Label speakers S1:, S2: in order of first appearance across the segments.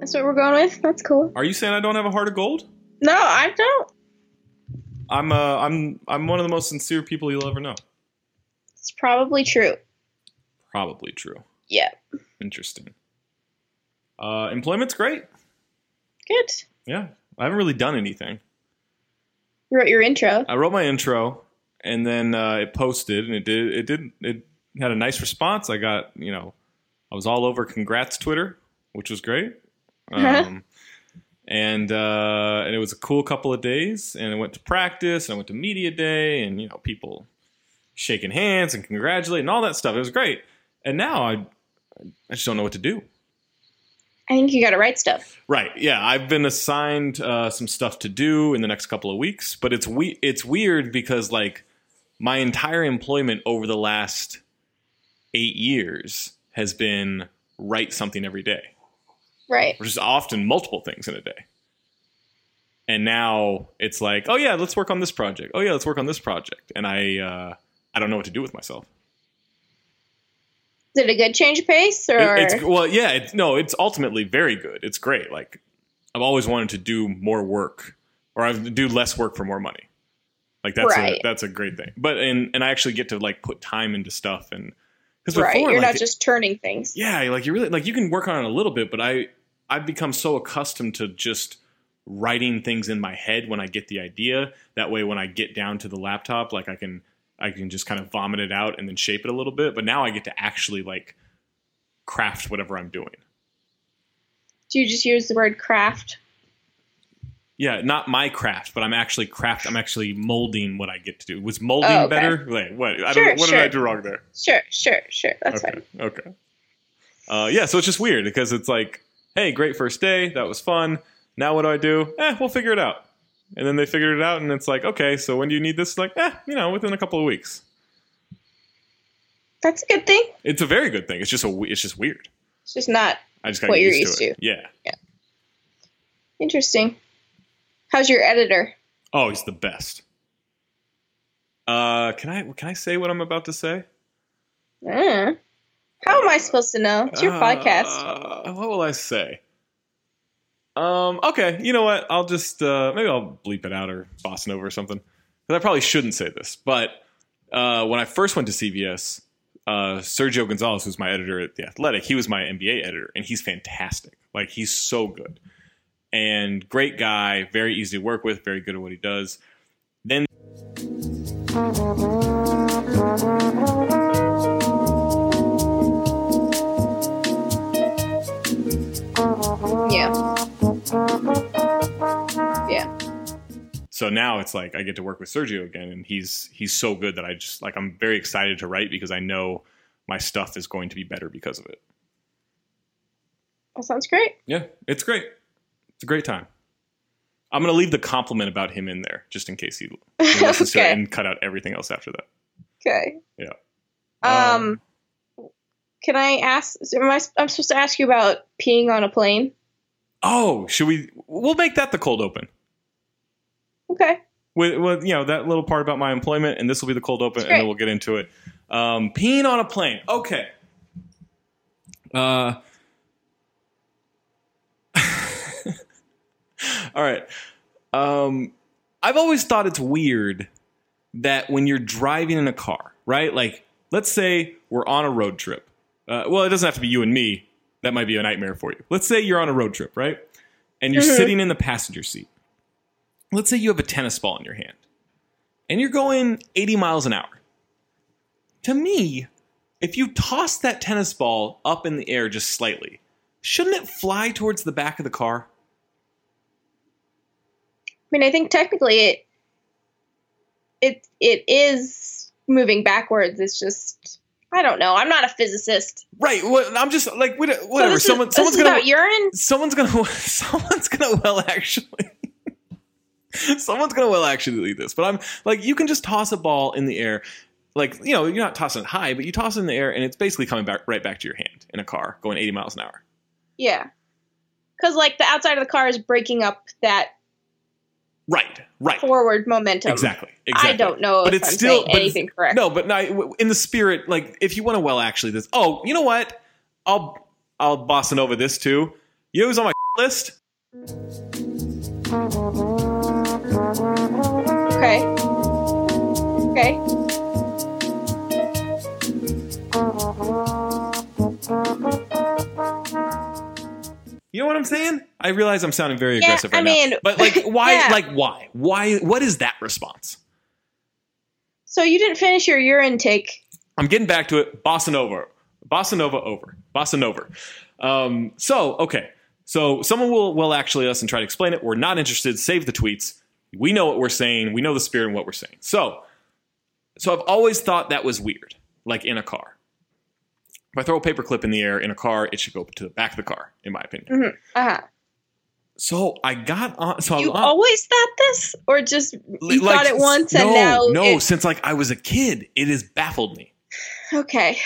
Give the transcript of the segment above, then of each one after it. S1: That's what we're going with. That's cool.
S2: Are you saying I don't have a heart of gold?
S1: No, I don't.
S2: I'm uh, I'm I'm one of the most sincere people you'll ever know.
S1: It's probably true.
S2: Probably true.
S1: Yeah.
S2: Interesting. Uh, employment's great.
S1: Good.
S2: Yeah, I haven't really done anything.
S1: You wrote your intro.
S2: I wrote my intro, and then uh, it posted, and it did it did it had a nice response. I got you know, I was all over congrats Twitter, which was great. Um,
S1: Uh-huh.
S2: And uh, and it was a cool couple of days, and I went to practice, and I went to media day, and you know people shaking hands and congratulating and all that stuff. It was great. And now I I just don't know what to do.
S1: I think you got to write stuff.
S2: Right. Yeah, I've been assigned uh, some stuff to do in the next couple of weeks, but it's we it's weird because like my entire employment over the last eight years has been write something every day,
S1: Right.
S2: which is often multiple things in a day. And now it's like, oh yeah, let's work on this project. Oh yeah, let's work on this project. And I uh, I don't know what to do with myself.
S1: Is it a good change of pace or?
S2: It- it's well, yeah. It's, no, it's ultimately very good. It's great. Like I've always wanted to do more work, or I do less work for more money. Like that's
S1: Right.
S2: a, that's a great thing. But and and I actually get to like put time into stuff and because before
S1: right. You're
S2: like,
S1: not just turning things.
S2: yeah, like you really like you can work on it a little bit, but I I've become so accustomed to just writing things in my head when I get the idea. That way, when I get down to the laptop, like I can I can just kind of vomit it out and then shape it a little bit. But now I get to actually like craft whatever I'm doing.
S1: Do you just use the word craft?
S2: Yeah, not my craft, but I'm actually craft. I'm actually molding what I get to do. Was molding
S1: Oh, okay.
S2: better? Like, what? I
S1: Sure,
S2: don't, what
S1: sure.
S2: did I do wrong there?
S1: Sure, sure, sure. That's
S2: okay.
S1: fine.
S2: Okay. Uh, yeah, so it's just weird because it's like, hey, great first day. That was fun. Now what do I do? Eh, we'll figure it out. And then they figured it out, and it's like, okay, so when do you need this? Like, eh, you know, within a couple of weeks.
S1: That's a good thing.
S2: It's a very good thing. It's just a, we- it's just weird.
S1: It's just not
S2: I just got
S1: What
S2: used,
S1: you're
S2: to, it.
S1: used
S2: Yeah.
S1: interesting. How's your editor?
S2: Oh, he's the best. Uh, can I can I say what I'm about to say?
S1: Uh, how am I supposed to know? It's your
S2: Uh,
S1: podcast.
S2: What will I say? Um. Okay. You know what? I'll just uh, maybe I'll bleep it out or boss it over or something. Because I probably shouldn't say this. But uh, when I first went to CVS, uh, Sergio Gonzalez, who's my editor at the Athletic, he was my MBA editor, and he's fantastic. Like he's so good and great guy. Very easy to work with. Very good at what he does. Then
S1: Yeah. Yeah.
S2: so now it's like I get to work with Sergio again, and he's he's so good that I just like I'm very excited to write because I know my stuff is going to be better because of it.
S1: That sounds great.
S2: Yeah, it's great. It's a great time. I'm gonna leave the compliment about him in there just in case he listens to
S1: Okay.
S2: it and cut out everything else after that.
S1: Okay.
S2: Yeah.
S1: Um,
S2: Um,
S1: can I ask? so Am I, I'm supposed to ask you about peeing on a plane?
S2: Oh, should we? We'll make that the cold open.
S1: Okay.
S2: With, with you know that little part about my employment, and this will be the cold open, and
S1: great.
S2: then we'll get into it. Um, peeing on a plane. Okay. Uh. all right. Um, I've always thought it's weird that when you're driving in a car, right? Like, let's say we're on a road trip. Uh, well, it doesn't have to be you and me. That might be a nightmare for you. Let's say you're on a road trip, right? And you're
S1: Mhm.
S2: sitting in the passenger seat. Let's say you have a tennis ball in your hand and you're going 80 miles an hour. To me, if you toss that tennis ball up in the air just slightly, shouldn't it fly towards the back of the car?
S1: I mean, I think technically it it it is moving backwards. It's just I don't know. I'm not a physicist.
S2: Right. What, I'm just like what-
S1: So
S2: whatever.
S1: this is-
S2: someone,
S1: this
S2: someone's
S1: is
S2: gonna.
S1: about urine.
S2: someone's gonna someone's gonna well actually someone's gonna well actually this but i'm like you can just toss a ball in the air like you know you're not tossing it high but you toss it in the air and it's basically coming back right back to your hand in a car going 80 miles an hour
S1: Yeah. Because like the outside of the car is breaking up that
S2: right right
S1: forward momentum.
S2: exactly exactly
S1: I don't know
S2: But
S1: if
S2: it's
S1: I'm
S2: still-
S1: saying
S2: but-
S1: anything correct.
S2: no but no, in the spirit like if you want to well actually this oh you know what i'll i'll bossing over this too you know who's on my list.
S1: Okay. Okay.
S2: You know what I'm saying? I realize I'm sounding very
S1: Yeah,
S2: aggressive right
S1: I mean,
S2: now, but like, why?
S1: yeah.
S2: Like, why? Why? What is that response?
S1: So you didn't finish your urine take.
S2: I'm getting back to it. Bossa Nova. Bossa Nova over. Bossa Nova. Um, so, okay. So someone will, will actually us and try to explain it. We're not interested. Save the tweets. We know what we're saying. We know the spirit and what we're saying. So, so I've always thought that was weird, like in a car. If I throw a paperclip in the air in a car, it should go to the back of the car, in my opinion.
S1: Uh
S2: So I got on. So
S1: huh. You
S2: I'm on,
S1: always thought this, or just you thought it once and
S2: no,
S1: now
S2: no.
S1: it-
S2: since like I was a kid, it has baffled me.
S1: okay.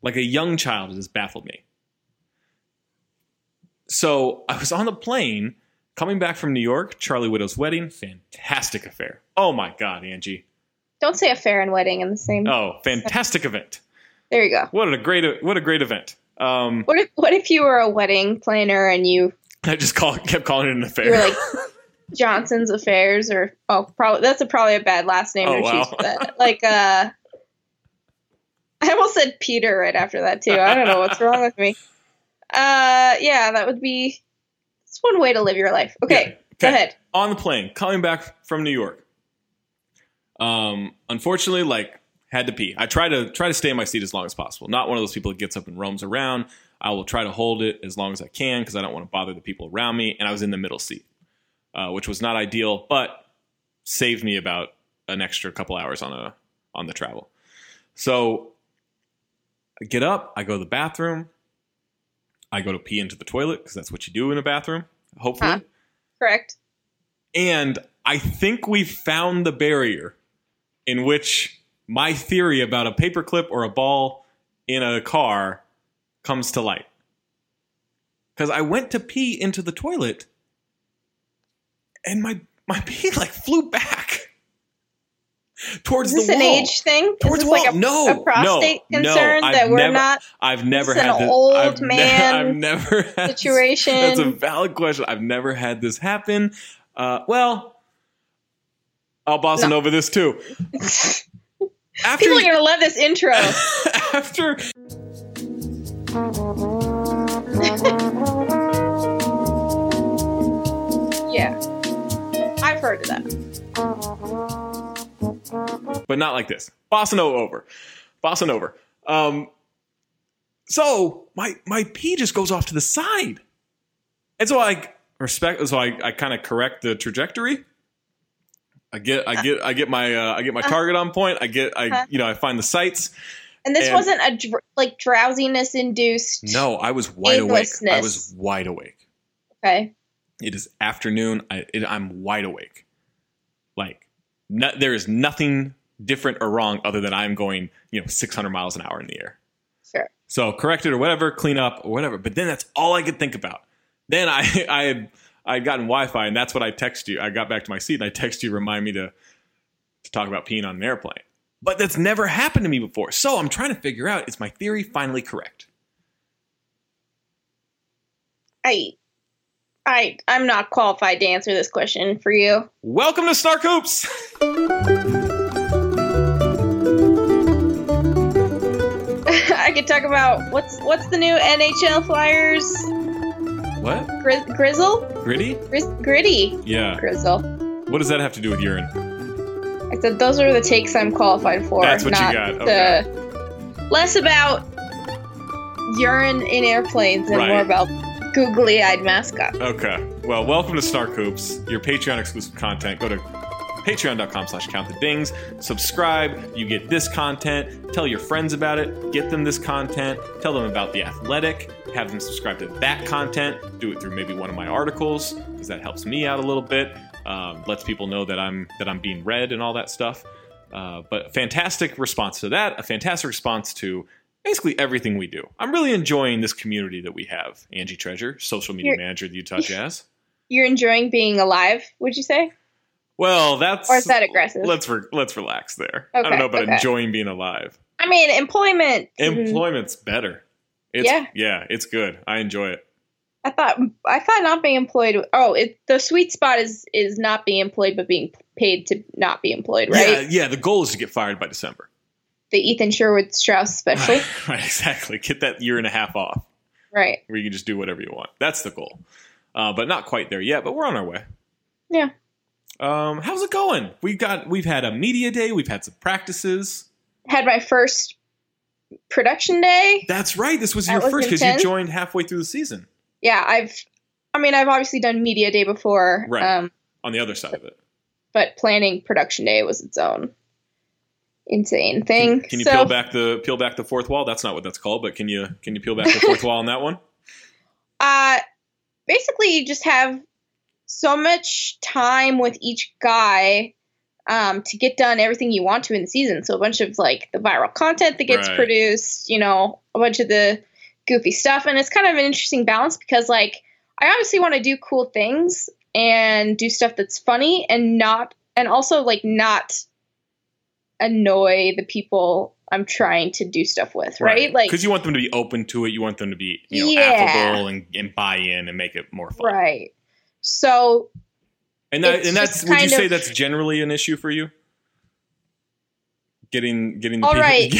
S2: like a young child it has baffled me. So I was on the plane coming back from New York, Charlie Widow's wedding, fantastic affair. Oh my God, Angie.
S1: Don't say a fair and wedding in the same.
S2: Oh, fantastic event.
S1: There you go.
S2: What a great, what a great event. Um,
S1: What if what if you were a wedding planner and you
S2: I just call, kept calling it an
S1: you
S2: affair.
S1: were like Johnson's Affairs or oh probably that's a, probably a bad last name
S2: Oh,
S1: to
S2: wow.
S1: choose for that. Like uh I almost said Peter right after that too. I don't know what's wrong with me. Uh yeah, that would be it's one way to live your life. Okay, go
S2: Yeah.
S1: ahead.
S2: on the plane coming back from New York. Um, unfortunately, like had to pee. I try to try to stay in my seat as long as possible. Not one of those people that gets up and roams around. I will try to hold it as long as I can because I don't want to bother the people around me. And I was in the middle seat, uh, which was not ideal, but saved me about an extra couple hours on a on the travel. So I get up, I go to the bathroom, I go to pee into the toilet because that's what you do in a bathroom. Hopefully,
S1: Huh. Correct.
S2: and I think we found the barrier in which my theory about a paperclip or a ball in a car comes to light. Because I went to pee into the toilet and my, my pee like flew back towards
S1: Is this
S2: the
S1: an
S2: wall.
S1: age thing?
S2: Towards
S1: Is
S2: the
S1: this like
S2: wall.
S1: a,
S2: no,
S1: a prostate
S2: no, no,
S1: concern
S2: I've
S1: that we're
S2: never-
S1: not
S2: I've never
S1: This is
S2: had
S1: an
S2: this.
S1: old
S2: I've ne-
S1: man
S2: I've never had this-
S1: situation.
S2: that's a valid question. I've never had this happen. Uh, well, I'll boss
S1: No.
S2: over this too. After
S1: People are gonna love this intro.
S2: after
S1: yeah. I've heard of that.
S2: but not like this. Bossa Nova over. Bossa Nova. Um, so my my pee just goes off to the side, and so I respect. So I, I kind of correct the trajectory. I get I get I get my uh, I get my
S1: Uh-huh.
S2: target on point. I get I
S1: Uh-huh.
S2: you know I find the sights.
S1: And this
S2: And-
S1: wasn't a dr- like drowsiness induced.
S2: No, I was wide awake. I
S1: Aimlessness.
S2: was wide awake.
S1: Okay.
S2: It is afternoon. I it, I'm wide awake. Like no, there is nothing different or wrong other than I'm going you know 600 miles an hour in the air.
S1: Sure.
S2: So correct it or whatever, clean up or whatever. But then that's all I could think about. Then I I had I had gotten Wi-Fi and that's what I text you. I got back to my seat and I text you remind me to to talk about peeing on an airplane. But that's never happened to me before. So I'm trying to figure out is my theory finally correct?
S1: I I I'm not qualified to answer this question for you.
S2: Welcome to Snark Hoops.
S1: I could talk about what's what's the new NHL Flyers
S2: What?
S1: gri- grizzle
S2: Gritty?
S1: Grizz- gritty
S2: Yeah.
S1: grizzle.
S2: What does that have to do with urine?
S1: I said those are the takes I'm qualified for.
S2: That's what you
S1: not
S2: got,
S1: The, less about urine in airplanes and
S2: Right.
S1: more about googly-eyed mascot.
S2: Okay. Well, welcome to Snark Hoops, your Patreon exclusive content. Go to patreon.com slash count the dings. Subscribe. You get this content. Tell your friends about it. Get them this content. Tell them about The Athletic. Have them subscribe to that content. Do it through maybe one of my articles because that helps me out a little bit. Um, lets people know that I'm that I'm being read and all that stuff. Uh, but fantastic response to that. A fantastic response to basically everything we do. I'm really enjoying this community that we have. Angie Treasure, social media
S1: You're-
S2: manager of the Utah Jazz.
S1: You're enjoying being alive, would you say?
S2: Well, that's
S1: Or is that aggressive?
S2: Let's re- let's relax there. I don't
S1: Okay,
S2: know about
S1: okay.
S2: enjoying being alive.
S1: I mean, employment.
S2: Employment's better. It's,
S1: Yeah.
S2: it's good. I enjoy it.
S1: I thought I thought not being employed. Oh, it, the sweet spot is is not being employed, but being paid to not be employed, right?
S2: Yeah, yeah. The goal is to get fired by December.
S1: The Ethan Sherwood Strauss special,
S2: right, exactly. Get that year and a half off
S1: right?
S2: where you can just do whatever you want. That's the goal. Uh, but not quite there yet, but we're on our way.
S1: Yeah.
S2: Um, how's it going? We've got we've had a media day, we've had some practices.
S1: Had my first production day.
S2: That's right. This was
S1: That
S2: your
S1: was
S2: first because you
S1: intense.
S2: joined halfway through the season
S1: Yeah, I've. I mean, I've obviously done media day before,
S2: Right.
S1: um,
S2: on the other side of it.
S1: but planning production day was its own insane
S2: Can,
S1: thing.
S2: can you
S1: so,
S2: peel back the peel back the fourth wall? That's not what that's called, but can you can you peel back the fourth wall on that one?
S1: uh, basically, you just have so much time with each guy um, to get done everything you want to in the season. So a bunch of like the viral content that gets
S2: Right.
S1: produced, you know, a bunch of the goofy stuff, and it's kind of an interesting balance because like I obviously want to do cool things and do stuff that's funny and not and also like not annoy the people I'm trying to do stuff with, right? Like
S2: because you want them to be open to it, you want them to be you know
S1: Yeah.
S2: affable and, and buy in and make it more fun.
S1: right. So
S2: And that,
S1: It's
S2: and that's
S1: just
S2: would you
S1: kind
S2: say
S1: of-
S2: that's generally an issue for you? Getting getting the
S1: All
S2: people-
S1: right.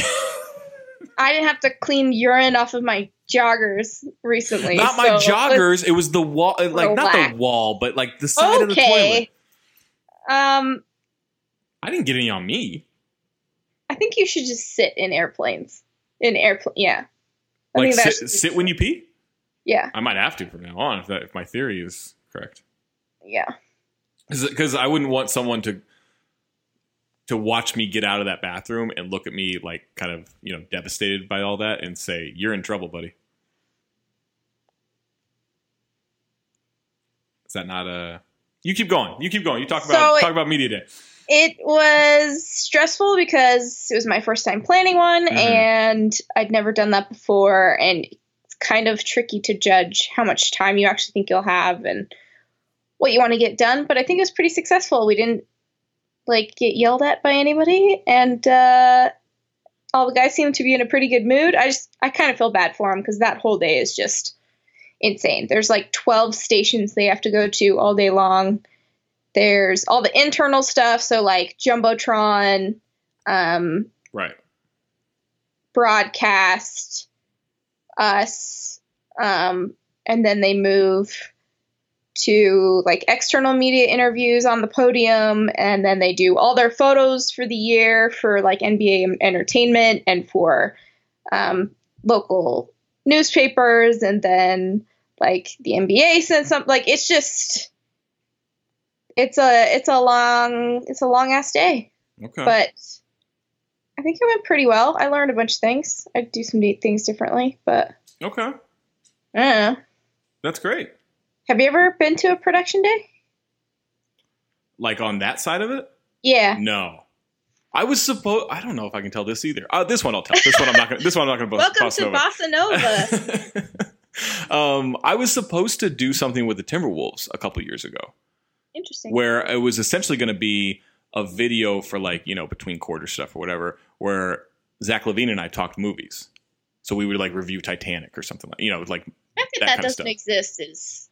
S1: I didn't have to clean urine off of my joggers recently.
S2: not my
S1: so let's-
S2: joggers. It was the wall, uh, like not
S1: Relax.
S2: the wall, but like the side of the toilet.
S1: Okay. Um,
S2: I didn't get any on me.
S1: I think you should just sit in airplanes. In airplane, yeah. I
S2: Like
S1: think that
S2: sit,
S1: should-
S2: sit when you pee.
S1: Yeah,
S2: I might have to from now on if that if my theory is correct.
S1: yeah.
S2: Because I wouldn't want someone to to watch me get out of that bathroom and look at me like kind of you know devastated by all that and say you're in trouble, buddy. Is that not a? You keep going. You keep going. You talk about
S1: So it-
S2: talk about media day.
S1: It was stressful because it was my first time planning one,
S2: Mhm.
S1: and I'd never done that before, and it's kind of tricky to judge how much time you actually think you'll have and what you want to get done. But I think it was pretty successful. We didn't like get yelled at by anybody, and uh, all the guys seemed to be in a pretty good mood. I just I kind of feel bad for them because that whole day is just insane. There's like 12 stations they have to go to all day long. There's all the internal stuff, so like jumbotron, um,
S2: Right.
S1: broadcast us um, and then they move to like external media interviews on the podium and then they do all their photos for the year for like nba entertainment and for um, local newspapers and then like the nba sends something like it's just it's a it's a long it's a long ass day
S2: Okay.
S1: but I think it went pretty well. I learned a bunch of things. I do some neat things differently, but
S2: okay.
S1: I don't know.
S2: That's great.
S1: Have you ever been to a production day?
S2: Like on that side of it?
S1: Yeah.
S2: No. I was supposed I don't know if I can tell this either. Uh, this one I'll tell. This one I'm not gonna this one I'm not gonna bust,
S1: Welcome
S2: bust
S1: to
S2: over.
S1: Bossa Nova.
S2: um I was supposed to do something with the Timberwolves a couple years ago
S1: Interesting.
S2: where it was essentially going to be a video for like you know between quarter stuff or whatever where Zach Levine and I talked movies. So we would like review Titanic or something like you know like
S1: the fact
S2: that
S1: that
S2: kind
S1: that,
S2: of
S1: doesn't
S2: stuff.
S1: exist is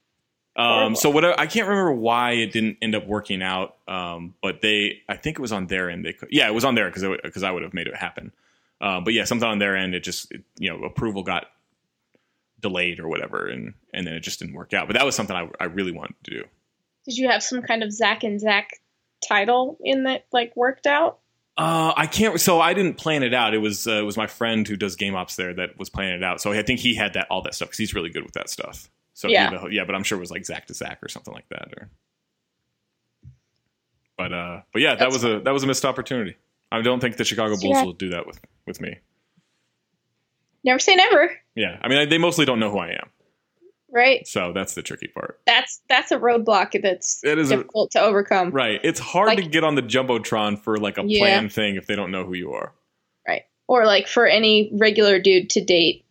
S2: Um,
S1: Horrible.
S2: so what I, I can't remember why it didn't end up working out, um, but they I think it was on their end. They could, yeah, it was on there because because I would have made it happen. Uh, but yeah, something on their end, it just it, you know approval got delayed or whatever, and and then it just didn't work out. But that was something I, I really wanted to do.
S1: Did you have some kind of Zach and Zach title in that like worked out?
S2: Uh, I can't. So I didn't plan it out. It was uh, it was my friend who does game ops there that was planning it out. So I think he had that all that stuff because he's really good with that stuff. So
S1: Yeah.
S2: he, yeah. But I'm sure it was like Zach to Zach or something like that. Or, but uh, but yeah, that
S1: That's
S2: was a that was a missed opportunity. I don't think the Chicago
S1: So you
S2: Bulls
S1: had-
S2: will do that with with me.
S1: Never say never,
S2: Yeah, I mean I, they mostly don't know who I am,
S1: right?
S2: so that's the tricky part.
S1: That's that's a roadblock that's
S2: It is a-
S1: difficult to overcome.
S2: Right, it's hard
S1: Like-
S2: to get on the jumbotron for like a
S1: Yeah.
S2: planned thing if they don't know who you are.
S1: or like for any regular dude to date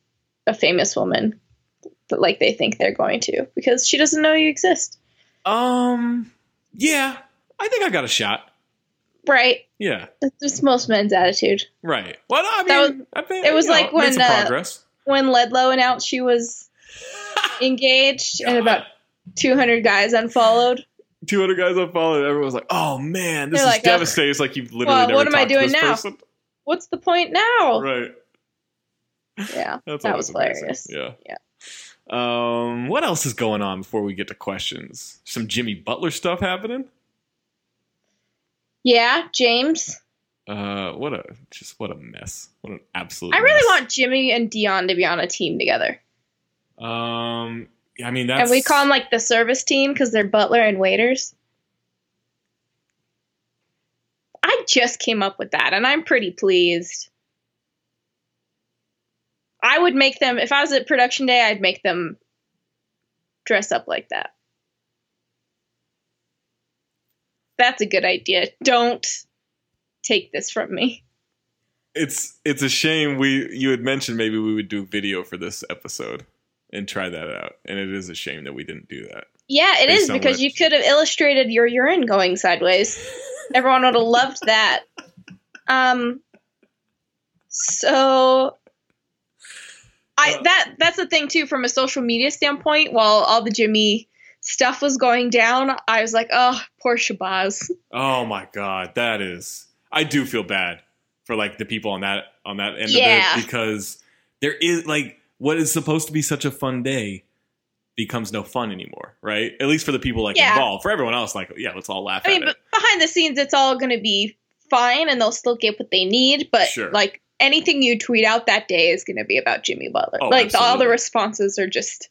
S1: a famous woman but like they think they're going to because she doesn't know you exist
S2: Um, yeah, I think I got a shot.
S1: right
S2: Yeah.
S1: that's just most men's attitude
S2: Right. Well, no, I mean,
S1: That
S2: I've been,
S1: it was
S2: you know,
S1: like uh,
S2: made
S1: when,
S2: some
S1: uh,
S2: progress.
S1: when ledlow announced she was engaged and about 200 guys unfollowed.
S2: 200 guys unfollowed. Everyone was like, "Oh man, this
S1: They're
S2: is
S1: like,
S2: devastating." It's like you've literally
S1: well,
S2: never
S1: what am I
S2: talked to
S1: doing
S2: this
S1: now?
S2: person.
S1: What's the point now?
S2: Right.
S1: Yeah.
S2: That's
S1: That was
S2: always amazing.
S1: hilarious.
S2: Yeah. Yeah. Um, what else is going on before we get to questions? Some Jimmy Butler stuff happening.
S1: Yeah, James.
S2: Uh, what a just what a mess. What an absolute.
S1: I really
S2: mess.
S1: want Jimmy and Dion to be on a team together.
S2: want. Um, I mean that's
S1: And we call them like the service team because they're butler and waiters. I just came up with that and I'm pretty pleased. I would make them, if I was at production day, I'd make them dress up like that. That's a good idea. Don't take this from me.
S2: it's it's a shame we you had mentioned maybe we would do video for this episode and try that out, and it is a shame that we didn't do that.
S1: Yeah, it
S2: Based
S1: is
S2: on
S1: because
S2: what?
S1: you could have illustrated your urine going sideways. Everyone would have loved that. Um, so I
S2: Uh,
S1: that that's the thing too from a social media standpoint. While all the Jimmy stuff was going down, I was like, oh, poor Shabazz.
S2: Oh my god, that is. I do feel bad for like the people on that on that end
S1: Yeah.
S2: of it because there is like what is supposed to be such a fun day becomes no fun anymore, right? At least for the people like
S1: Yeah.
S2: involved. For everyone else, like yeah, let's all laugh
S1: I
S2: at
S1: mean,
S2: it.
S1: but behind the scenes, it's all going to be fine, and they'll still get what they need. But
S2: Sure.
S1: like anything you tweet out that day is going to be about Jimmy Butler.
S2: Oh,
S1: like all
S2: absolutely.
S1: the responses are just.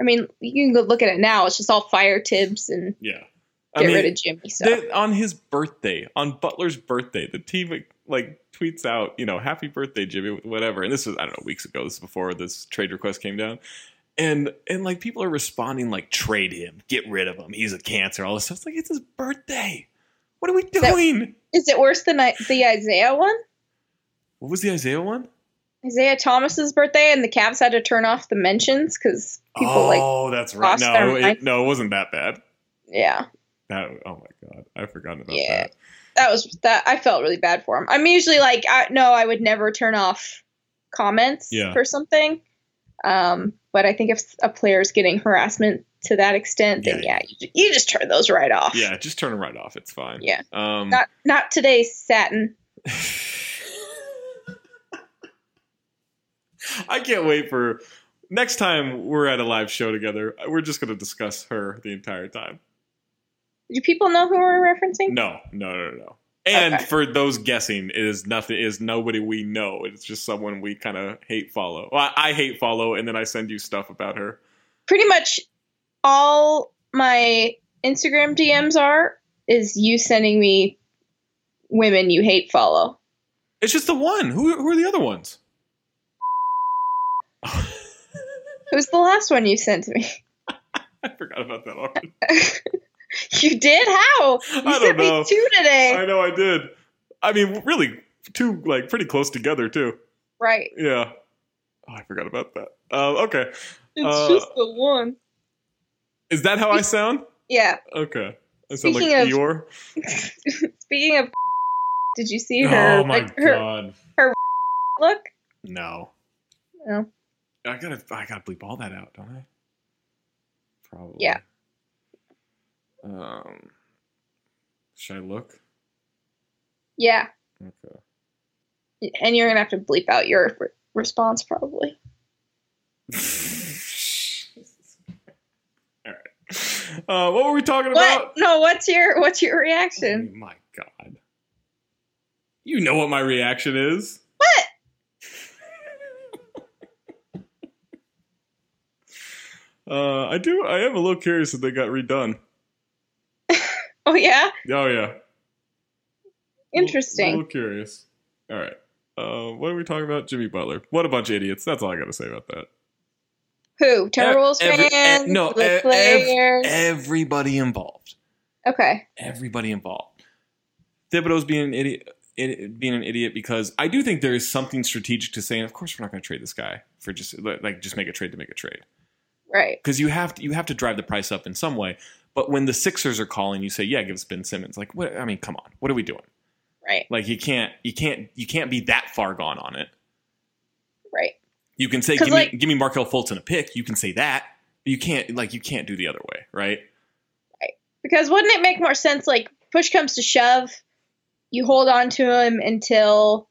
S1: I mean, you can go look at it now. It's just all fire tips and
S2: yeah,
S1: get
S2: I mean,
S1: rid of Jimmy. So
S2: they- on his birthday, on Butler's birthday, the team like tweets out, you know, "Happy birthday, Jimmy," whatever. And this was I don't know weeks ago. This is before this trade request came down, and and like people are responding like, "Trade him, get rid of him. He's a cancer." All this stuff. It's like it's his birthday. What are we
S1: that-
S2: doing?
S1: is it worse than I, the Isaiah one?
S2: what was the Isaiah one?
S1: Isaiah Thomas's birthday, and the Cavs had to turn off the mentions because people like,
S2: oh, that's right.
S1: lost their
S2: No, it,
S1: mind.
S2: no, it wasn't that bad.
S1: yeah,
S2: That, oh my god, I forgot about
S1: Yeah.
S2: that.
S1: that was that. I felt really bad for him. I'm usually like, I, no, I would never turn off comments
S2: Yeah.
S1: for something. Um, but I think if a player's getting harassment to that extent, then
S2: Yeah.
S1: yeah, you, you just turn those right off.
S2: Yeah, just turn him right off. It's fine.
S1: Yeah.
S2: Um,
S1: Not not today, satin.
S2: I can't wait for next time we're at a live show together. We're just going to discuss her the entire time.
S1: Do people know who we're referencing?
S2: No, no, no, no. And
S1: Okay.
S2: for those guessing, it is nothing. It is nobody we know. It's just someone we kind of hate follow. Well, I, I hate follow, and then I send you stuff about her.
S1: Pretty much all my Instagram DMs are is you sending me women you hate follow.
S2: It's just the one. Who, who are the other ones?
S1: Who's the last one you sent to me?
S2: I forgot about that already.
S1: You did? How? You
S2: I don't
S1: sent
S2: know.
S1: me two today.
S2: I know I did. I mean, really, two like pretty close together too.
S1: right.
S2: Yeah. Oh, I forgot about that. Um, okay.
S1: It's
S2: Uh,
S1: just the one.
S2: Is that how I sound?
S1: Yeah.
S2: Okay. I sound
S1: Speaking
S2: like
S1: of-
S2: Eeyore.
S1: Speaking of did you see her
S2: Oh my
S1: like her
S2: god.
S1: look?
S2: No.
S1: No.
S2: I gotta I gotta bleep all that out, don't I? Probably.
S1: Yeah.
S2: Um should I look?
S1: Yeah.
S2: Okay.
S1: And you're gonna have to bleep out your re- response probably.
S2: all right. Uh, what were we talking
S1: What?
S2: about?
S1: No, what's your what's your
S2: Oh
S1: reaction?
S2: my god. You know what my reaction is.
S1: What?
S2: Uh, I do. I am a little curious that they got redone.
S1: Oh yeah?
S2: Oh yeah. A
S1: Interesting.
S2: little curious. All right. Uh, what are we talking about? Jimmy Butler. What a bunch of idiots. That's all I got to say about that.
S1: Who? Timberwolves
S2: every- e-
S1: fans?
S2: no,
S1: the
S2: e- ev-
S1: players?
S2: Everybody involved.
S1: okay.
S2: Everybody involved. Thibodeau's being an idiot. It, being an idiot because I do think there is something strategic to saying. Of course, we're not going to trade this guy for just like just make a trade to make a trade.
S1: Right.
S2: because you have to you have to drive the price up in some way. But when the Sixers are calling, you say, "Yeah, give us Ben Simmons." Like, what? I mean, come on, what are we doing?
S1: Right.
S2: Like, you can't you can't you can't be that far gone on it.
S1: Right.
S2: You can say
S1: 'Cause,
S2: give me
S1: like-
S2: give me Markel Fultz in a pick. You can say that. You can't like you can't do the other way, right?
S1: Because wouldn't it make more sense, like, push comes to shove, you hold on to him until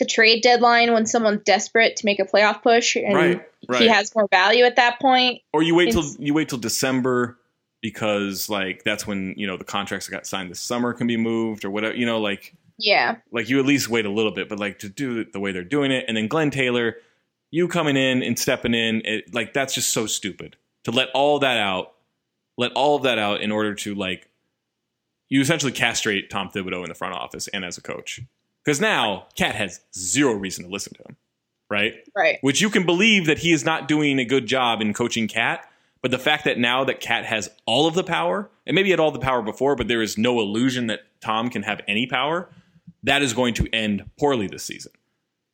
S1: the trade deadline when someone's desperate to make a playoff push and
S2: Right,
S1: he
S2: right.
S1: has more value at that point?
S2: or you wait till
S1: It's-
S2: you wait till December because like that's when you know the contracts that got signed this summer can be moved or whatever. You know, like
S1: Yeah.
S2: like you at least wait a little bit, but like to do it the way they're doing it, and then Glenn Taylor, you coming in and stepping in, it, like that's just so stupid to let all that out, let all of that out in order to like you essentially castrate Tom Thibodeau in the front office and as a coach because now Cat has zero reason to listen to him, right?
S1: Right.
S2: which you can believe that he is not doing a good job in coaching Cat. But the fact that now that Cat has all of the power, and maybe he had all the power before, but there is no illusion that Tom can have any power, that is going to end poorly this season.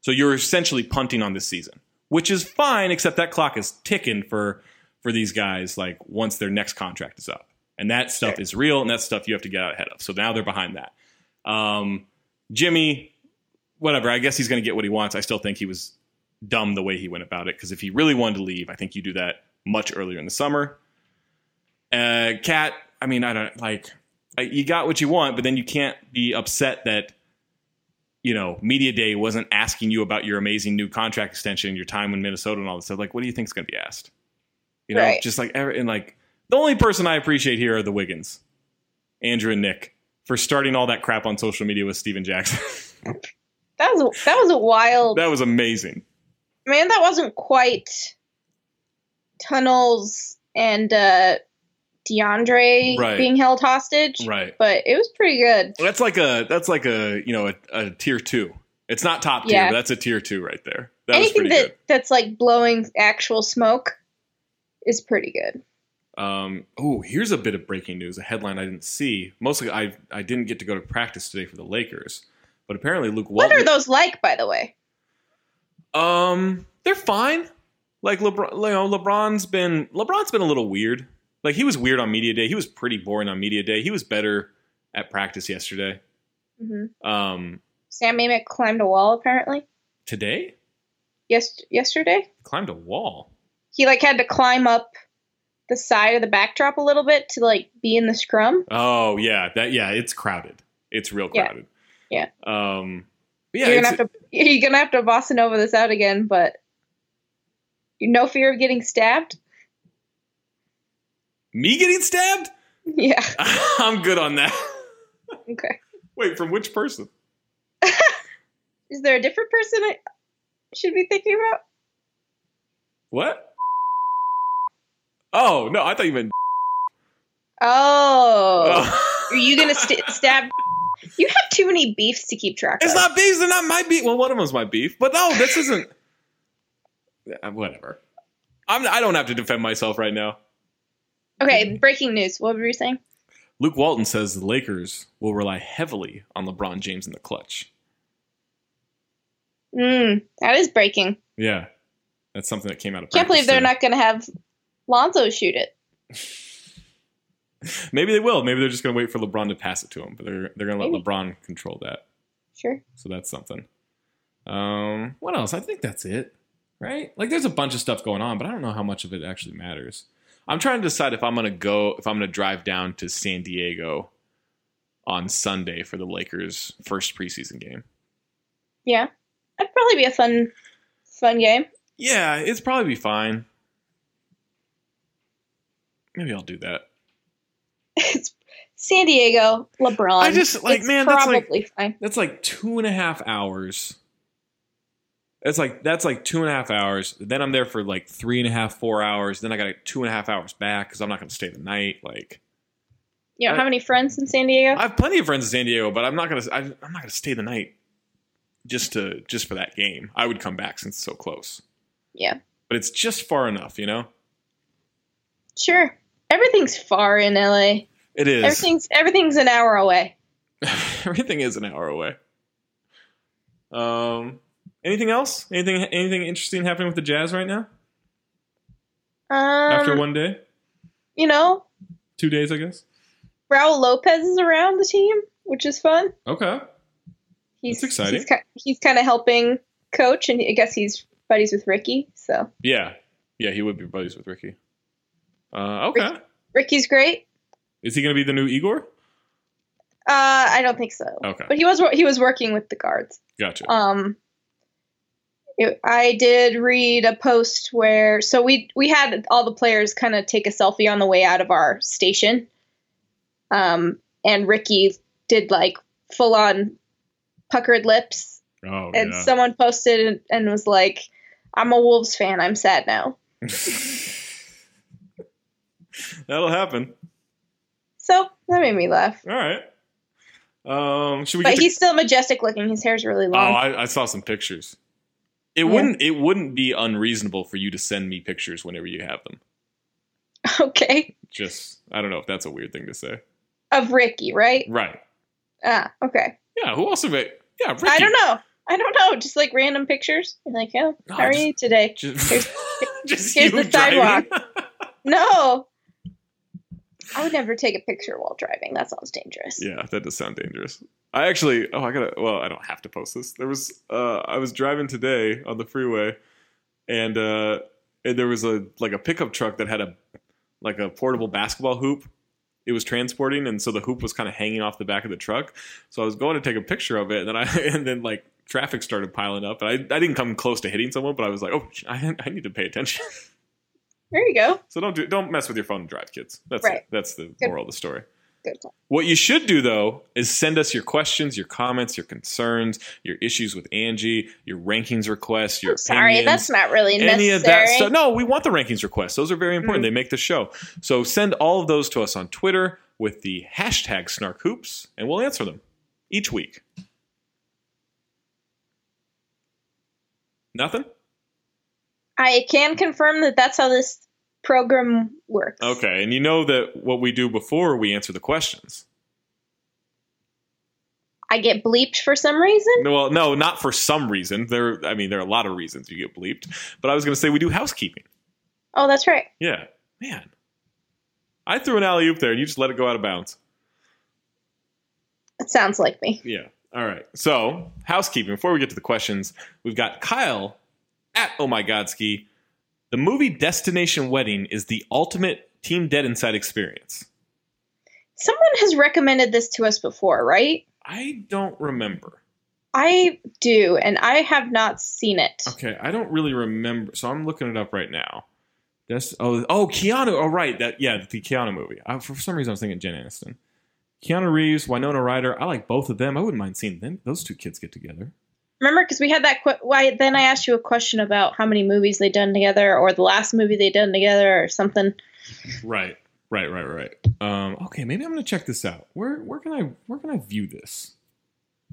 S2: So you're essentially punting on this season, which is fine, except that clock is ticking for for these guys like once their next contract is up. And that stuff is real, and that stuff you have to get out ahead of. So now they're behind that. Um, Jimmy, whatever. I guess he's going to get what he wants. I still think he was dumb the way he went about it because if he really wanted to leave, I think you do that much earlier in the summer. Uh, Cat, I mean, I don't like I- you got what you want, but then you can't be upset that you know media day wasn't asking you about your amazing new contract extension, and your time in Minnesota, and all this stuff. Like, what do you think's going to be asked? You know,
S1: Right.
S2: just like every, and like the only person I appreciate here are the Wiggins, Andrew and Nick for starting all that crap on social media with Steven Jackson.
S1: That was a, that was a wild
S2: that was amazing.
S1: man, that wasn't quite tunnels and uh DeAndre
S2: Right.
S1: being held hostage.
S2: Right.
S1: But it was pretty good.
S2: Well, That's like a that's like a you know a, a tier two. It's not top tier.
S1: Yeah.
S2: But that's a tier two right there. That
S1: Anything
S2: was pretty
S1: that that's like blowing actual smoke is pretty good.
S2: good. Um, oh, here's a bit of breaking news. A headline I didn't see. Mostly, I I didn't get to go to practice today for the Lakers, but apparently Luke
S1: What
S2: Walton.
S1: are those like, by the way?
S2: um, they're fine. Like LeBron, you know, LeBron's been LeBron's been a little weird. Like he was weird on media day. He was pretty boring on media day. He was better at practice yesterday.
S1: hmm
S2: Um,
S1: Sam Amick climbed a wall apparently.
S2: today
S1: Yes, yesterday
S2: climbed a wall.
S1: he like had to climb up the side of the backdrop a little bit to like be in the scrum.
S2: Oh yeah, that yeah, it's crowded. It's real
S1: Yeah.
S2: crowded.
S1: Yeah.
S2: Um. but Yeah.
S1: you're gonna
S2: it's-
S1: have to you're gonna have to bossa nova this out again, but you no fear of getting stabbed.
S2: me getting stabbed?
S1: Yeah.
S2: I'm good on that.
S1: Okay.
S2: Wait, from which person?
S1: Is there a different person I should be thinking about?
S2: What? Oh no, I thought you meant.
S1: Oh,
S2: Oh.
S1: are you gonna st- stab? You have too many beefs to keep track
S2: it's
S1: of.
S2: not beefs. They're not my beef. Well, one of them's my beef, but no, this isn't. Yeah, uh, Whatever. I'm. I don't have to defend myself right now.
S1: okay, breaking news. What were you saying?
S2: Luke Walton says the Lakers will rely heavily on LeBron James in the clutch.
S1: Mm, that is breaking.
S2: Yeah, that's something that came out of.
S1: Can't believe
S2: practice
S1: they're
S2: today.
S1: not gonna have Lonzo shoot it.
S2: Maybe they will. Maybe they're just going to wait for LeBron to pass it to him, but they're they're going to let
S1: Maybe.
S2: LeBron control that.
S1: Sure.
S2: So that's something. Um, what else? I think that's it, right? Like, there's a bunch of stuff going on, but I don't know how much of it actually matters. I'm trying to decide if I'm going to go if I'm going to drive down to San Diego on Sunday for the Lakers' first preseason game.
S1: Yeah, that'd probably be a fun, fun game.
S2: Yeah, it's probably be fine. Maybe I'll do that.
S1: It's San Diego, LeBron.
S2: I just, like,
S1: It's
S2: man, that's, like-
S1: probably fine.
S2: That's like two and a half hours. That's like that's like two and a half hours. Then I'm there for like three and a half, four hours. Then I got like two and a half hours back because I'm not going to stay the night. Like
S1: You don't
S2: I-
S1: have any friends in San Diego?
S2: I have plenty of friends in San Diego, but I'm not going to I'm not going to stay the night just to just for that game. I would come back since it's so close.
S1: Yeah.
S2: but it's just far enough, you know.
S1: sure. Everything's far in LA.
S2: It is.
S1: Everything's everything's an hour away.
S2: Everything is an hour away. Um. Anything else? Anything? Anything interesting happening with the Jazz right now?
S1: Um,
S2: After one day,
S1: you know,
S2: two days, I guess.
S1: Raul Lopez is around the team, which is fun.
S2: Okay.
S1: He's
S2: That's exciting.
S1: He's, ki- he's kind of helping coach, and I guess he's buddies with Ricky, so
S2: Yeah, yeah, he would be buddies with Ricky. Uh, okay,
S1: Ricky's great.
S2: is he gonna be the new Igor?
S1: Uh, I don't think so,
S2: Okay,
S1: but he was wor- he was working with the guards.
S2: gotcha.
S1: Um, it- I did read a post where so we we had all the players kind of take a selfie on the way out of our station, um, and Ricky did like full on puckered lips,
S2: Oh
S1: and
S2: yeah.
S1: someone posted and, and was like, "I'm a Wolves fan. I'm sad now."
S2: That'll happen.
S1: So that made me laugh.
S2: All right. Um, should we?
S1: But
S2: get to-
S1: he's still majestic looking. His hair's really
S2: oh,
S1: long.
S2: I, I saw some pictures. It
S1: Yeah.
S2: wouldn't. It wouldn't be unreasonable for you to send me pictures whenever you have them.
S1: okay,
S2: Just I don't know if that's a weird thing to say.
S1: of Ricky, right?
S2: Right.
S1: Ah, okay.
S2: Yeah. Who else have it? Yeah. Ricky.
S1: I don't know. I don't know. Just like random pictures. You're like, oh,
S2: No,
S1: how are
S2: just-
S1: you today?
S2: Just,
S1: Here's-
S2: just
S1: here's
S2: you
S1: the
S2: driving.
S1: No. I would never take a picture while driving. That sounds dangerous.
S2: yeah, that does sound dangerous. I actually, oh, I gotta. Well, I don't have to post this. There was, uh, I was driving today on the freeway, and uh, and there was a like a pickup truck that had a like a portable basketball hoop. It was transporting, and so the hoop was kind of hanging off the back of the truck. So I was going to take a picture of it, and then I and then like traffic started piling up, and I, I didn't come close to hitting someone, but I was like, oh, I, I need to pay attention.
S1: There you go.
S2: So don't do don't mess with your phone and drive, kids. That's
S1: Right.
S2: it. That's the
S1: Good.
S2: moral of the story.
S1: Good. point.
S2: What you should do though is send us your questions, your comments, your concerns, your issues with Angie, your rankings requests, your
S1: I'm sorry,
S2: opinions,
S1: that's not really
S2: any
S1: necessary.
S2: of that stuff. No, we want the rankings requests. Those are very important.
S1: Mm.
S2: They make the show. So send all of those to us on Twitter with the hashtag Snark Hoops, and we'll answer them each week. Nothing.
S1: I can confirm that that's how this program works.
S2: Okay, and you know that what we do before we answer the questions.
S1: I get bleeped for some reason.
S2: No, well, no, not for some reason. There, I mean, there are a lot of reasons you get bleeped. But I was going to say we do housekeeping.
S1: Oh, that's right.
S2: Yeah, man. I threw an alley oop there, and you just let it go out of bounds.
S1: It sounds like me.
S2: Yeah. All right. So housekeeping. Before we get to the questions, we've got Kyle at Oh My Godski. The movie Destination Wedding is the ultimate Team Dead Inside experience.
S1: Someone has recommended this to us before, right?
S2: I don't remember.
S1: I do, and I have not seen it.
S2: Okay, I don't really remember. So I'm looking it up right now. That's oh oh Keanu. Oh right, that yeah, the Keanu movie. I, for some reason, I was thinking Jen Aniston, Keanu Reeves, Winona Ryder. I like both of them. I wouldn't mind seeing them. Those two kids get together.
S1: Remember, because we had that. Que- why then? I asked you a question about how many movies they done together, or the last movie they done together, or something.
S2: Right, right, right, right. Um, okay, maybe I'm gonna check this out. Where where can I where can I view this?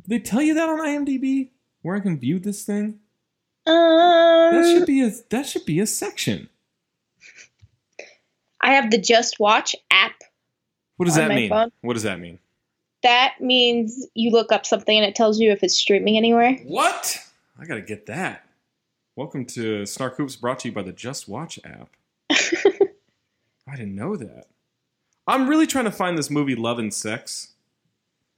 S2: Do they tell you that on IMDb where I can view this thing? That
S1: Um,
S2: should be a that should be a section.
S1: I have the Just Watch app.
S2: What does
S1: On
S2: that
S1: my
S2: mean?
S1: phone.
S2: What does that mean?
S1: That means you look up something and it tells you if it's streaming anywhere.
S2: What? I gotta get that. Welcome to Snark Hoops, brought to you by the Just Watch app. I didn't know that. I'm really trying to find this movie Love and Sex,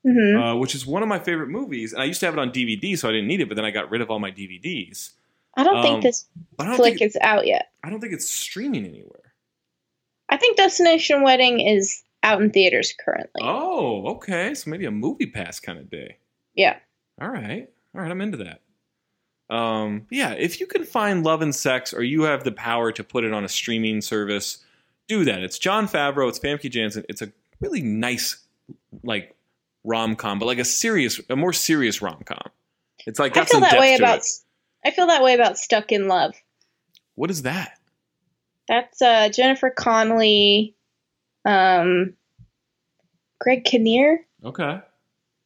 S1: hmm
S2: uh, which is one of my favorite movies, and I used to have it on DVD, so I didn't need it. But then I got rid of all my DVDs.
S1: I don't
S2: um,
S1: think this
S2: But I don't
S1: flick
S2: think
S1: is out yet.
S2: I don't think it's streaming anywhere.
S1: I think Destination Wedding is out in theaters currently.
S2: Oh, okay. So maybe a movie pass kind of day.
S1: Yeah.
S2: All right. All right. I'm into that. Um, yeah. If you can find Love and Sex or you have the power to put it on a streaming service, do that. It's John Favreau. It's Famke Janssen. It's a really nice, like, rom com, but like a serious, a more serious rom com. It's like, got
S1: I feel
S2: some
S1: that
S2: depth
S1: way
S2: to
S1: about.
S2: it.
S1: I feel that way about Stuck in Love.
S2: What is that?
S1: That's uh, Jennifer Connelly, um, Greg Kinnear.
S2: Okay.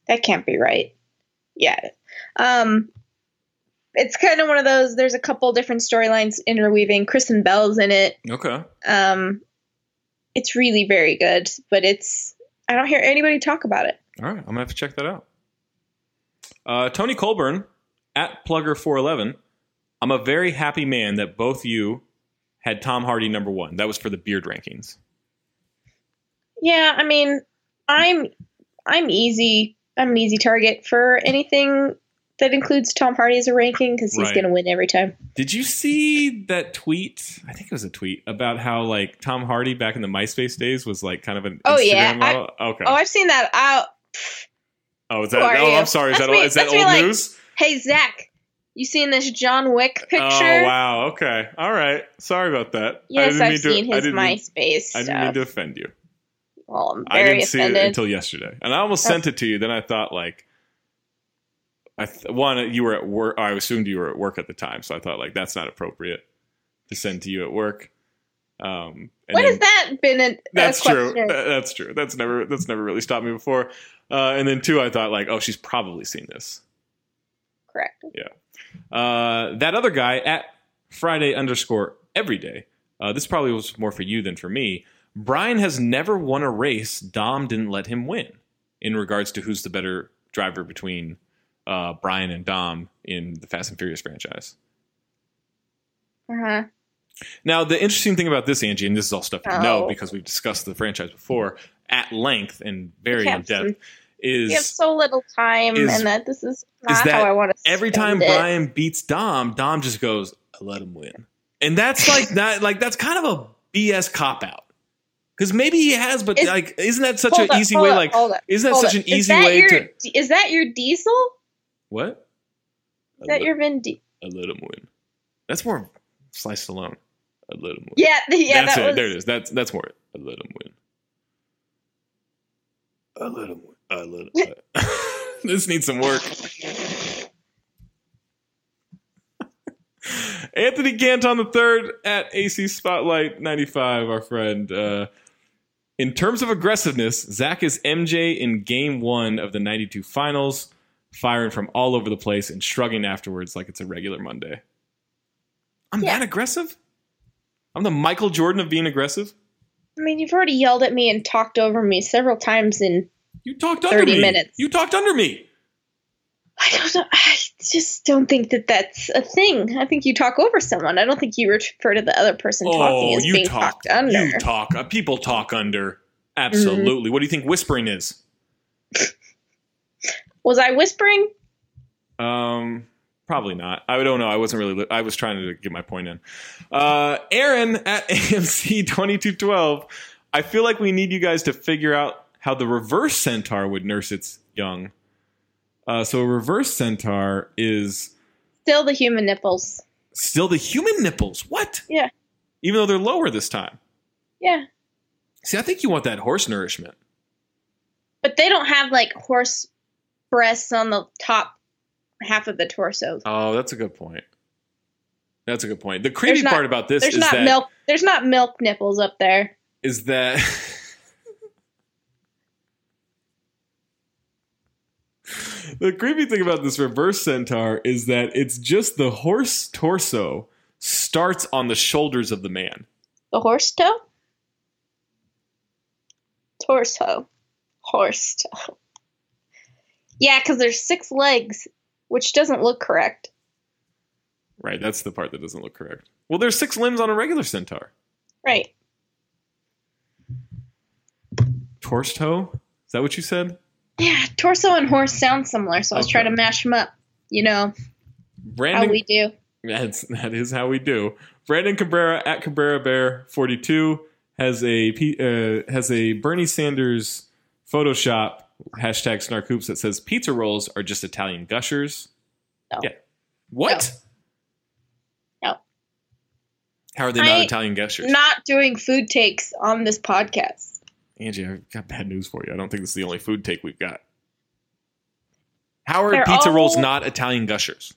S1: That can't be right. Yeah. Um, it's kind of one of those. There's a couple different storylines interweaving. Kristen Bell's in it.
S2: Okay.
S1: Um, it's really very good, but it's I don't hear anybody talk about it.
S2: All right, I'm gonna have to check that out. Uh, Tony Colburn at Plugger411. I'm a very happy man that both you had Tom Hardy number one. That was for the beard rankings.
S1: Yeah, I mean, I'm I'm easy. I'm an easy target for anything that includes Tom Hardy as a ranking because he's
S2: Right.
S1: going to win every time.
S2: Did you see that tweet? I think it was a tweet about how like Tom Hardy back in the MySpace days was like kind of an
S1: Oh,
S2: Instagram
S1: yeah. I-
S2: model. okay.
S1: Oh, I've seen that. Out.
S2: oh, is
S1: who
S2: that?
S1: are
S2: Oh,
S1: you?
S2: I'm sorry. Is
S1: That's
S2: that
S1: me-
S2: is that
S1: that's me,
S2: old
S1: like,
S2: news?
S1: Hey Zach, you seen this John Wick picture?
S2: Oh wow. Okay. All right. Sorry about that. I
S1: Yes,
S2: didn't mean
S1: I've
S2: to,
S1: seen
S2: I
S1: his
S2: didn't mean-
S1: MySpace
S2: I
S1: stuff.
S2: didn't mean to offend you.
S1: well, I'm
S2: I
S1: very
S2: didn't see
S1: offended.
S2: it until yesterday, and I almost
S1: Oh.
S2: sent it to you. Then I thought like, I th- one you were at work. I assumed you were at work at the time, so I thought like that's not appropriate to send to you at work. Um, and
S1: what
S2: then-
S1: has that been? A, a
S2: That's true.
S1: question?
S2: That- That's true. That's never that's never really stopped me before. Uh, and then two, I thought like, oh, she's probably seen this.
S1: Correct.
S2: Uh, that other guy at Friday underscore every day. Uh, this probably was more for you than for me. Brian has never won a race. Dom didn't let him win. In regards to who's the better driver between uh, Brian and Dom in the Fast and Furious franchise.
S1: Uh-huh.
S2: Now, the interesting thing about this, Angie, and this is all stuff you know
S1: Oh.
S2: because we've discussed the franchise before at length and very
S1: We
S2: in
S1: have
S2: depth,
S1: some-
S2: is
S1: We have so little time,
S2: is-
S1: and that this is not
S2: that
S1: how I want to.
S2: every time Brian beats Dom, Dom just goes, "I let him win," and that's like that. Like that's kind of a BS cop out because maybe he has, but
S1: Is-
S2: like, isn't that such an easy way? like,
S1: hold up,
S2: isn't that
S1: hold
S2: such
S1: up.
S2: an
S1: Is
S2: easy
S1: that
S2: way
S1: your,
S2: to
S1: Is that your Diesel?
S2: what?
S1: Is that
S2: I let-
S1: your Vin? Di-
S2: I let him win. That's more sliced alone. I let him win.
S1: yeah, the- yeah,
S2: that's
S1: that
S2: it.
S1: was.
S2: There it is. That's that's more. it. I let him win. I let him win. I let him. this needs some work. Anthony Ganton the third at AC Spotlight ninety five. Our friend. Uh, in terms of aggressiveness, Zach is MJ in Game One of the ninety two Finals, firing from all over the place and shrugging afterwards like it's a regular Monday. I'm
S1: Yeah.
S2: that aggressive. I'm the Michael Jordan of being aggressive.
S1: I mean, you've already yelled at me and talked over me several times, and
S2: You talked under
S1: 30
S2: me.
S1: minutes.
S2: You talked under me.
S1: I don't know. I just don't think that that's a thing. I think you talk over someone. I don't think you refer to the other person talking
S2: oh,
S1: as
S2: you
S1: being
S2: talk.
S1: talked under. Mm-hmm.
S2: You talk. Uh, people talk under. Absolutely. What do you think whispering is?
S1: was I whispering?
S2: Um, probably not. I don't know. I wasn't really. Li- I was trying to get my point in. Uh, Aaron at AMC twenty two twelve. I feel like we need you guys to figure out how the reverse centaur would nurse its young. Uh, so a reverse centaur is
S1: Still the human nipples.
S2: still the human nipples. What?
S1: Yeah.
S2: Even though they're lower this time.
S1: Yeah.
S2: See, I think you want that horse nourishment.
S1: But they don't have like horse breasts on the top half of the torso.
S2: Oh, that's a good point. That's a good point. The creepy
S1: There's not-
S2: part about this
S1: There's
S2: is
S1: not
S2: that
S1: milk there's not milk nipples up there.
S2: is that the creepy thing about this reverse centaur is that it's just the horse torso starts on the shoulders of the man.
S1: The horse toe? Torso. Horse toe. Yeah, because there's six legs, which doesn't look correct.
S2: Right, that's the part that doesn't look correct. Well, there's six limbs on a regular centaur.
S1: Right.
S2: Torso toe? Is that what you said?
S1: Yeah, torso and horse sound similar, so I was
S2: Okay.
S1: trying to mash them up. You know how
S2: Brandon
S1: we do.
S2: That's that is how we do. Brandon Cabrera at Cabrera Bear forty two has a P- uh, has a Bernie Sanders Photoshop hashtag Snarkoops that says pizza rolls are just Italian gushers.
S1: No.
S2: Yeah. What?
S1: No.
S2: How are they not
S1: I-
S2: Italian gushers?
S1: Not doing food takes on this podcast.
S2: Angie, I've got bad news for you. I don't think this is the only food take we've got. How are
S1: They're
S2: pizza rolls
S1: all-
S2: not Italian gushers?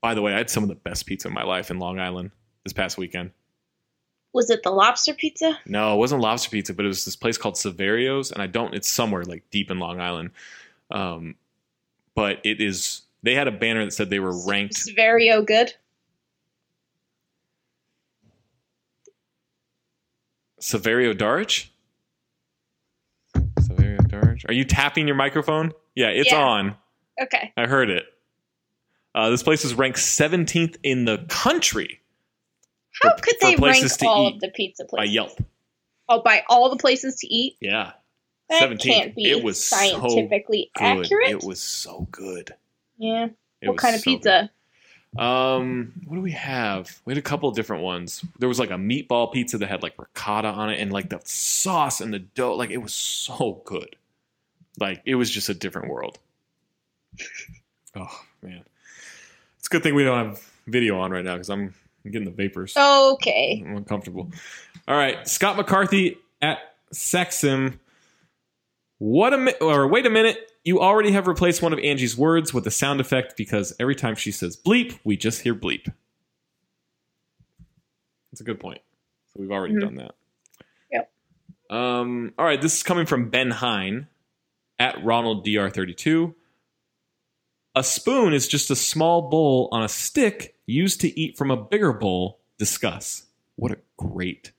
S2: By the way, I had some of the best pizza in my life in Long Island this past weekend.
S1: Was it the lobster pizza?
S2: No, it wasn't lobster pizza, but it was this place called Severio's, and I don't. It's somewhere like deep in Long Island, um, but it is. They had a banner that said they were ranked.
S1: It's very oh good.
S2: Severio Darch? Severio Darch? Are you tapping your microphone? Yeah, it's
S1: Yeah.
S2: on.
S1: Okay.
S2: I heard it. Uh, this place is ranked 17th in the country
S1: How
S2: For-
S1: could
S2: for
S1: they rank
S2: places to
S1: all
S2: eat
S1: of the pizza
S2: by
S1: places?
S2: Yelp.
S1: Oh, by all the places to eat?
S2: Yeah.
S1: That
S2: 17th.
S1: can't be
S2: It was so
S1: scientifically
S2: Good.
S1: accurate.
S2: It was so good.
S1: yeah.
S2: It
S1: what
S2: was
S1: kind of
S2: so good.
S1: pizza?
S2: Um, what do we have? We had a couple of different ones. There was like a meatball pizza that had like ricotta on it, and like the sauce and the dough, like it was so good. Like it was just a different world. Oh man, it's a good thing we don't have video on right now because I'm getting the vapors.
S1: Okay.
S2: I'm uncomfortable. All right, Scott McCarthy at Saxim. What a mi- or wait a minute! You already have replaced one of Angie's words with a sound effect because every time she says bleep, we just hear bleep. That's a good point. So we've already
S1: Mhm.
S2: done that.
S1: Yep.
S2: Um. All right. This is coming from Ben Hine at Ronald Dr. Thirty Two. A spoon is just a small bowl on a stick used to eat from a bigger bowl. Discuss. What a great,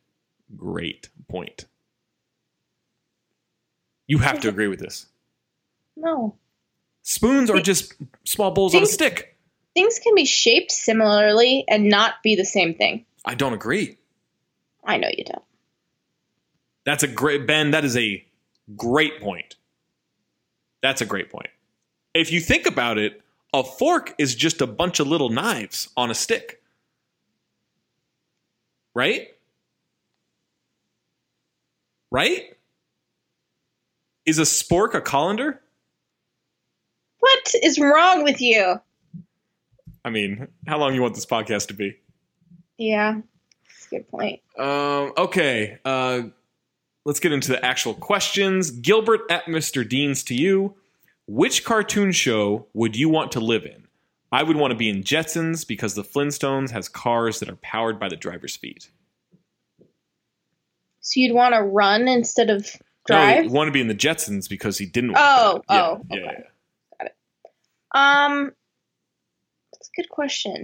S2: great point. You have to agree with this.
S1: No.
S2: Spoons are just small bowls on a
S1: Think-
S2: stick.
S1: Things can be shaped similarly and not be the same thing.
S2: I don't agree.
S1: I know you don't.
S2: That's a great Ben, that is a great point. That's a great point. If you think about it, a fork is just a bunch of little knives on a stick. Right? Right? Is a spork a colander?
S1: What is wrong with you?
S2: I mean, how long you want this podcast to be?
S1: Yeah. That's a good point.
S2: Um, okay. Uh, let's get into the actual questions. Gilbert at Mr. Dean's to you. Which cartoon show would you want to live in? I would want to be in Jetsons because the Flintstones has cars that are powered by the driver's feet.
S1: So you'd want to run instead of
S2: No,
S1: drive?
S2: want to be in the Jetsons because he didn't.
S1: Oh,
S2: want to drive.
S1: oh, okay. Um, that's a good question.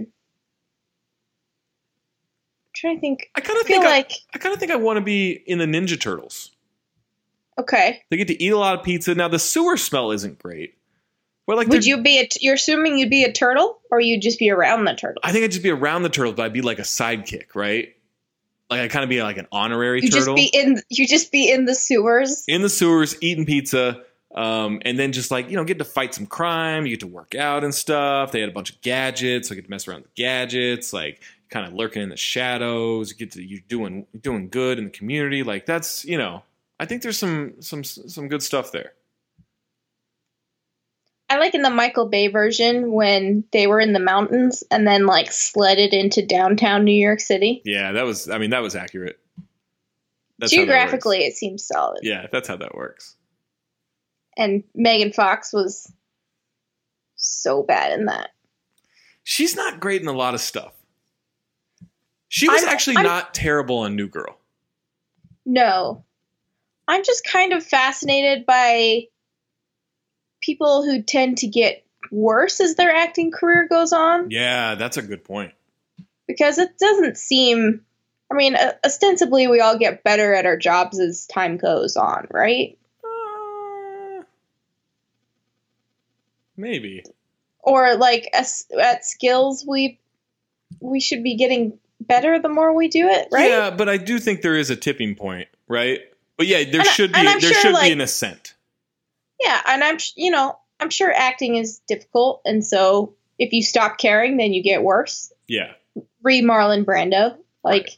S1: I'm trying to think.
S2: I kind of
S1: I feel
S2: think
S1: like
S2: I, I kind of think I want to be in the Ninja Turtles.
S1: okay.
S2: They get to eat a lot of pizza. Now the sewer smell isn't great, but like they're-
S1: Would you be? A t- you're assuming you'd be a turtle, or you'd just be around the turtle.
S2: I think I'd just be around the turtle, but I'd be like a sidekick, right? Like I'd kind of be like an honorary
S1: You just
S2: turtle
S1: be in. You just be in the sewers.
S2: in the sewers, eating pizza, um, and then just like you know, get to fight some crime. You get to work out and stuff. They had a bunch of gadgets, so I get to mess around with gadgets, like kind of lurking in the shadows. You get to you're doing doing good in the community. Like that's you know, I think there's some some some good stuff there.
S1: I like in the Michael Bay version when they were in the mountains and then like sledded into downtown New York City.
S2: Yeah, that was I mean that was accurate. That's how that works.
S1: Geographically, it seems solid.
S2: yeah, that's how that works.
S1: And Megan Fox was so bad in that.
S2: she's not great in a lot of stuff. She was
S1: I'm-
S2: actually
S1: I'm-
S2: not terrible on New Girl.
S1: No. I'm just kind of fascinated by people who tend to get worse as their acting career goes on
S2: Yeah, that's a good point.
S1: because it doesn't seem I mean, o- ostensibly we all get better at our jobs as time goes on, right?
S2: Uh, maybe.
S1: Or like as, at skills we we should be getting better the more we do it, right?
S2: Yeah, but I do think there is a tipping point, right? But yeah, there
S1: And I-
S2: should be
S1: and I'm
S2: there
S1: sure,
S2: should be
S1: like-
S2: an ascent.
S1: Yeah, and I'm sh- you know, I'm sure acting is difficult and so if you stop caring then you get worse.
S2: Yeah.
S1: re Marlon Brando. Like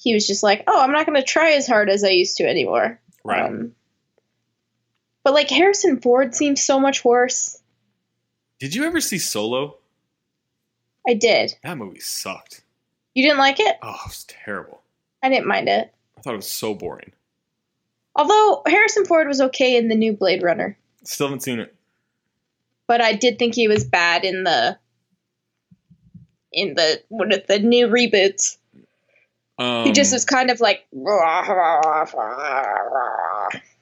S1: he was just like, oh, I'm not going to try as hard as I used to anymore.
S2: Right.
S1: Um, but like Harrison Ford seems so much worse.
S2: Did you ever see Solo?
S1: I did.
S2: That movie sucked.
S1: You didn't like it?
S2: Oh, it was terrible.
S1: I didn't mind it.
S2: I thought it was so boring.
S1: Although Harrison Ford was okay in the new Blade Runner,
S2: Still haven't seen it.
S1: but I did think he was bad in the in the one of the new reboots.
S2: Um,
S1: he just was kind of like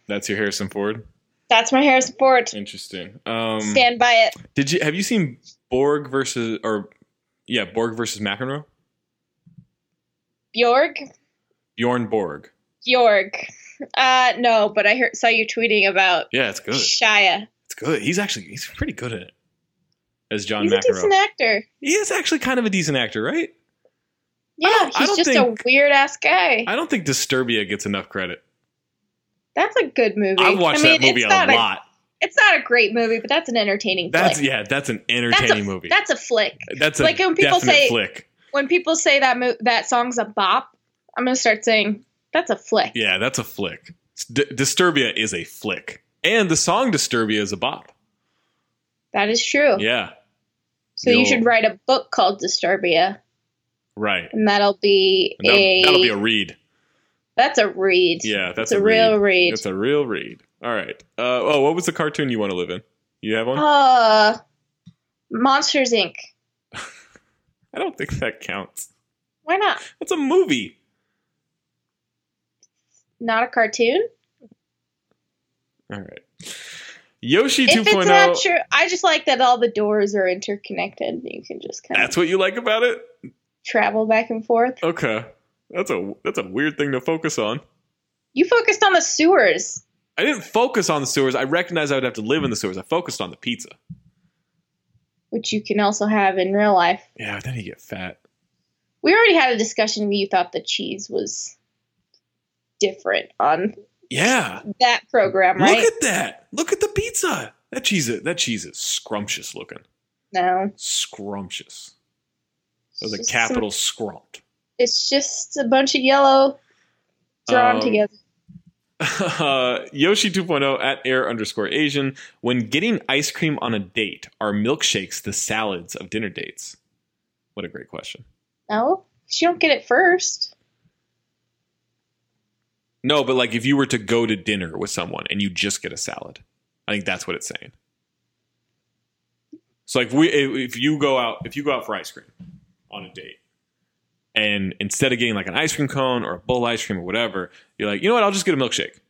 S2: That's your Harrison Ford.
S1: that's my Harrison Ford.
S2: Interesting. Um,
S1: Stand by it.
S2: Did you have you seen Borg versus or yeah Borg versus McEnroe?
S1: Bjorg,
S2: Bjorn Borg.
S1: Yorg. Uh, no, but I heard, saw you tweeting about
S2: Yeah, it's good. It's
S1: Shia.
S2: good. He's actually he's pretty good at it as John
S1: He's a decent
S2: McEnroe.
S1: actor.
S2: He is actually kind of a decent actor, right?
S1: Yeah,
S2: don't- I
S1: he's
S2: don't
S1: just a
S2: think-
S1: weird ass guy.
S2: I don't think Disturbia gets enough credit.
S1: That's a good movie.
S2: I've watched
S1: I mean,
S2: that movie
S1: it's
S2: a
S1: not
S2: lot.
S1: It's not a great movie, but that's an entertaining
S2: that's
S1: flick.
S2: yeah, that's an
S1: That's
S2: entertaining
S1: a,
S2: movie.
S1: That's a flick.
S2: That's a
S1: like when people
S2: definite
S1: say-
S2: flick.
S1: When people say that mo- that song's a bop, I'm gonna start saying that's a flick.
S2: Yeah, that's a flick. D- Disturbia is a flick, and the song Disturbia is a bop.
S1: That is true.
S2: Yeah,
S1: so you
S2: you'll-
S1: should write a book called Disturbia,
S2: right.
S1: and that'll be
S2: And That'll,
S1: a,
S2: that'll be a read.
S1: that's a read.
S2: Yeah, that's
S1: it's a, real read.
S2: It's a real read. All right. Uh, oh, what was the cartoon you want to live in? You have one?
S1: Uh, Monsters Inc.
S2: I don't think that counts.
S1: Why not?
S2: That's a movie.
S1: Not a cartoon.
S2: All right. Yoshi oh.
S1: If it's not
S2: 2.0.
S1: true, I just like that all the doors are interconnected. You can just kind
S2: That's
S1: of
S2: what you like about it?
S1: travel back and forth.
S2: Okay. That's a that's a weird thing to focus on.
S1: You focused on the sewers.
S2: I didn't focus on the sewers. I recognized I would have to live in the sewers. I focused on the pizza.
S1: which you can also have in real life.
S2: Yeah, then you get fat.
S1: We already had a discussion. You thought the cheese was different on
S2: Yeah.
S1: that program, right?
S2: Look at that. Look at the pizza. That cheese is, that cheese is scrumptious looking.
S1: no,
S2: Scrumptious. That was
S1: It's just
S2: a capital scrumpt.
S1: some- it's just a bunch of yellow drawn
S2: Um,
S1: together.
S2: uh, Yoshi 2.0 at air underscore Asian. When getting ice cream on a date, are milkshakes the salads of dinner dates? What a great question.
S1: No, 'cause you don't get it first.
S2: No, but like if you were to go to dinner with someone and you just get a salad, I think that's what it's saying. So like we if if you go out if you go out for ice cream on a date and instead of getting like an ice cream cone or a bowl of ice cream or whatever, you're like, "You know what? I'll just get a milkshake."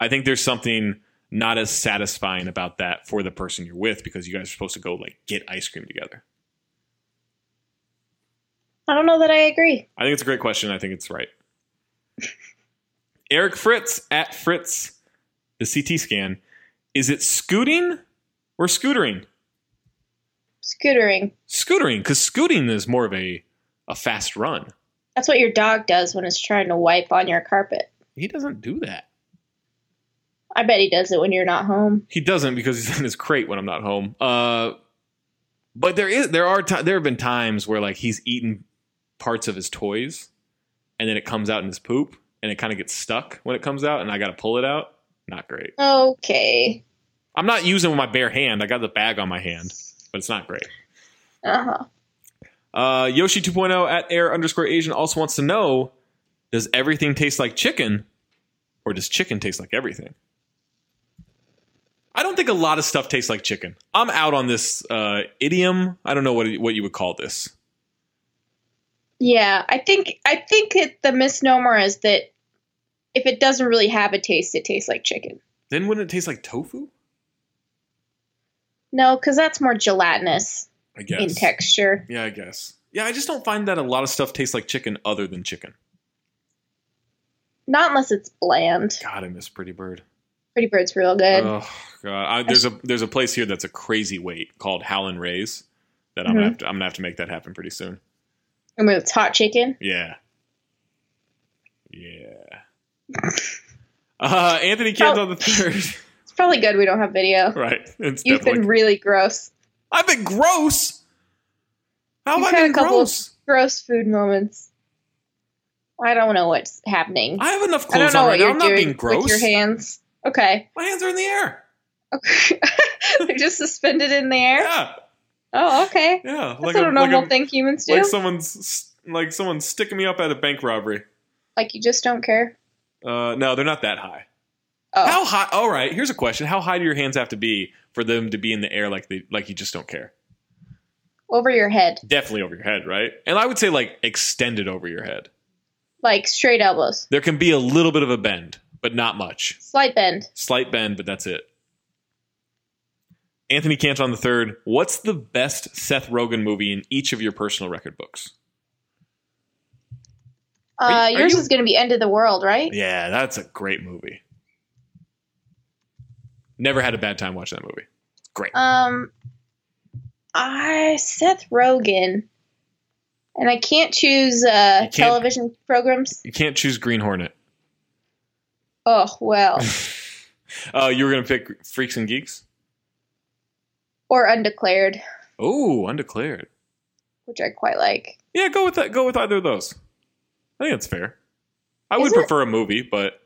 S2: I think there's something not as satisfying about that for the person you're with because you guys are supposed to go like get ice cream together.
S1: I don't know that I agree.
S2: I think it's a great question. I think it's right. Eric Fritz at Fritz, the CT scan. Is it scooting or scootering?
S1: Scootering.
S2: Scootering, because scooting is more of a, a fast run.
S1: That's what your dog does when it's trying to wipe on your carpet.
S2: He doesn't do that.
S1: I bet he does it when you're not home.
S2: He doesn't because he's in his crate when I'm not home. Uh, but there is there are ti there have been times where like he's eaten parts of his toys, and then it comes out in his poop, and it kind of gets stuck when it comes out, and I got to pull it out. Not great.
S1: Okay.
S2: I'm not using my bare hand. I got the bag on my hand, but it's not great.
S1: Uh huh.
S2: Uh, Yoshi 2.0 at air underscore Asian also wants to know Does everything taste like chicken or does chicken taste like everything? I don't think a lot of stuff tastes like chicken. I'm out on this uh, idiom. I don't know what, what you would call this.
S1: Yeah, I think I think that the misnomer is that if it doesn't really have a taste, it tastes like chicken.
S2: Then wouldn't it taste like tofu?
S1: No, because that's more gelatinous
S2: I guess.
S1: in texture.
S2: Yeah, I guess. Yeah, I just don't find that a lot of stuff tastes like chicken other than chicken.
S1: Not unless it's bland.
S2: God, I miss Pretty Bird.
S1: Pretty Bird's real good.
S2: Oh god! I, there's a there's a place here that's a crazy wait called Howlin' Rays that I'm gonna
S1: Mhm.
S2: have to, I'm gonna have to make that happen pretty soon.
S1: I mean, it's hot chicken.
S2: Yeah, yeah. Uh, Anthony Kidd
S1: Oh.
S2: on the third,
S1: It's probably good. We don't have video.
S2: right? It's
S1: You've
S2: definitely.
S1: been really gross.
S2: I've been gross. How
S1: You've
S2: have I
S1: had
S2: been
S1: a couple of-
S2: gross?
S1: Gross food moments. I don't know what's happening. I,
S2: I have enough
S1: don't
S2: clothes
S1: know
S2: on
S1: what
S2: right now.
S1: you're
S2: I'm not
S1: doing
S2: being gross.
S1: with your hands. Okay.
S2: My hands are in the air.
S1: Okay. They're just suspended in the air.
S2: Yeah,
S1: Oh, okay.
S2: yeah.
S1: That's what a normal thing humans do.
S2: like someone's s- like someone's sticking me up at a bank robbery.
S1: like you just don't care.
S2: Uh, no, they're not that high.
S1: Oh.
S2: How high? All right, here's a question: How high do your hands have to be for them to be in the air like they like you just don't care?
S1: over your head,
S2: Definitely over your head, right? And I would say like extended over your head.
S1: like straight elbows,
S2: There can be a little bit of a bend, but not much.
S1: slight bend.
S2: Slight bend, but that's it. Anthony Canton the third. What's the best Seth Rogen movie in each of your personal record books?
S1: Uh,
S2: Are you- are
S1: yours
S2: you-
S1: is going to be end of the world, right?
S2: Yeah, that's a great movie. Never had a bad time watching that movie. Great.
S1: Um, I Seth Rogen, and I can't choose uh,
S2: can't-
S1: television programs.
S2: You can't choose Green Hornet.
S1: Oh well,
S2: Uh, you were gonna pick Freaks and Geeks.
S1: or undeclared,
S2: Oh, undeclared.
S1: which I quite like.
S2: Yeah, go with that. Go with either of those. I think that's fair. I
S1: Is
S2: would
S1: it-
S2: prefer a movie, but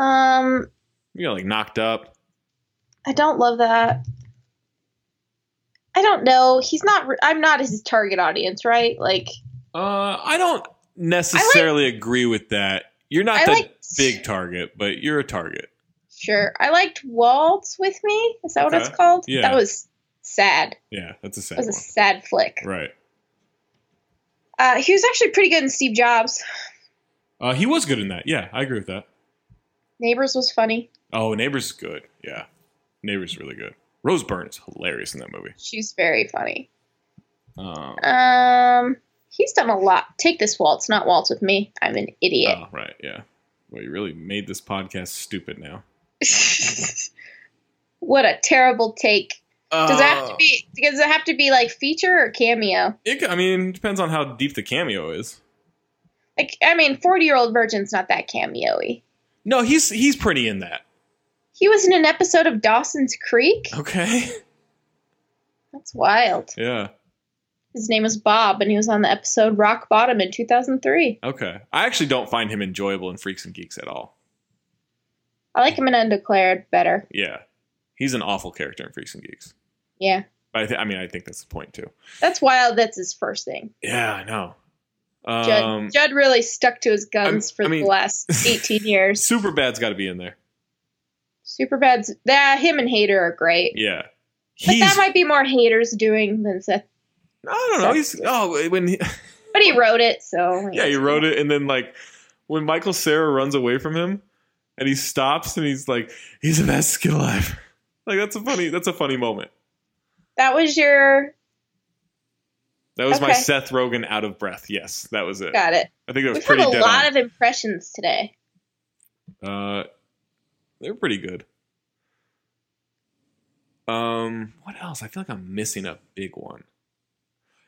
S1: Um,
S2: you know, like knocked up.
S1: I don't love that. I don't know. He's not. re- I'm not his target audience, right? Like,
S2: Uh, I don't necessarily agree with that. You're not
S1: I
S2: the
S1: like-
S2: big target, but you're a target.
S1: sure. I liked Waltz with Me. Is that what
S2: Okay.
S1: it's called?
S2: Yeah.
S1: That was sad.
S2: Yeah, that's a sad
S1: That was
S2: one.
S1: a sad flick.
S2: Right.
S1: Uh, he was actually pretty good in Steve Jobs.
S2: Uh, he was good in that. Yeah, I agree with that.
S1: Neighbors was funny.
S2: Oh, Neighbors is good. Yeah, Neighbors is really good. Rose Byrne is hilarious in that movie.
S1: She's very funny.
S2: Um,
S1: Um, he's done a lot. Take this waltz, not waltz with me. I'm an idiot.
S2: Oh, right. Yeah. Well, you really made this podcast stupid now. Oh.
S1: what a terrible take. Does it
S2: Oh.
S1: have to be? Does it have to be like feature or cameo?
S2: Uh, It, c- I mean, it depends on how deep the cameo is.
S1: Like, I mean, forty-year-old virgin's not that cameo-y.
S2: No, he's he's pretty in that.
S1: He was in an episode of Dawson's Creek.
S2: Oh. Okay.
S1: That's wild.
S2: Yeah.
S1: His name was Bob, and he was on the episode Rock Bottom in two thousand three.
S2: Okay. I actually don't find him enjoyable in Freaks and Geeks at all.
S1: I like him in Undeclared better.
S2: Yeah. He's an awful character in Freaks and Geeks.
S1: Yeah,
S2: But I, th- I mean, I think that's the point too.
S1: that's wild. That's his first thing.
S2: Yeah, I know.
S1: Judd,
S2: Um,
S1: Judd really stuck to his guns
S2: I-
S1: for
S2: I mean-
S1: the last 18 years.
S2: Superbad's got to be in there.
S1: Superbad's that him and Hater are great.
S2: Yeah.
S1: But
S2: He's.
S1: that might be more Haters doing than Seth.
S2: I don't know. He's. Oh, when he,
S1: But he wrote it, so
S2: Yeah, he wrote it, and then like when Michael Sarah runs away from him, and he stops, and he's like, "He's the best skill alive." Like that's a funny, that's a funny moment.
S1: That was your
S2: That was my
S1: Okay.
S2: Seth Rogen out of breath. Yes, that was it.
S1: got it.
S2: I think that was
S1: We've had
S2: pretty
S1: a
S2: dead.
S1: lot
S2: on.
S1: of impressions today.
S2: uh, they're pretty good. Um, what else? I feel like I'm missing a big one.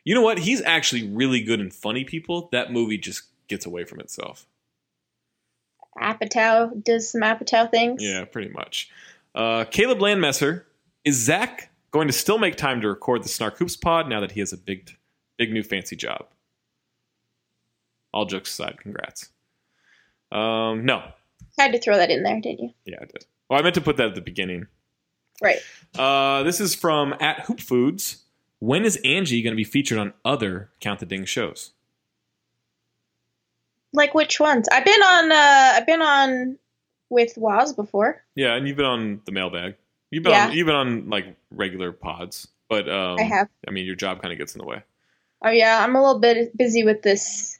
S2: You know what? He's actually really good in funny people. That movie just gets away from itself.
S1: Apatow does some Apatow things.
S2: Yeah, pretty much. Uh, Caleb Landmesser is Zach going to still make time to record the Snark Hoops pod now that he has a big, big new fancy job? All jokes aside, congrats. Um, no,
S1: Had to throw that in there, didn't you?
S2: yeah, I did. Oh, I meant to put that at the beginning.
S1: Right.
S2: Uh, this is from at Hoop Foods. When is Angie going to be featured on other Count the Ding shows?
S1: Like which ones? I've been on uh I've been on with Woz before.
S2: Yeah, and you've been on the mailbag. You've been on,
S1: Yeah.
S2: you've been on like regular pods, but um,
S1: I have.
S2: I mean, your job kind of gets in the way.
S1: Oh yeah, I'm a little bit busy with this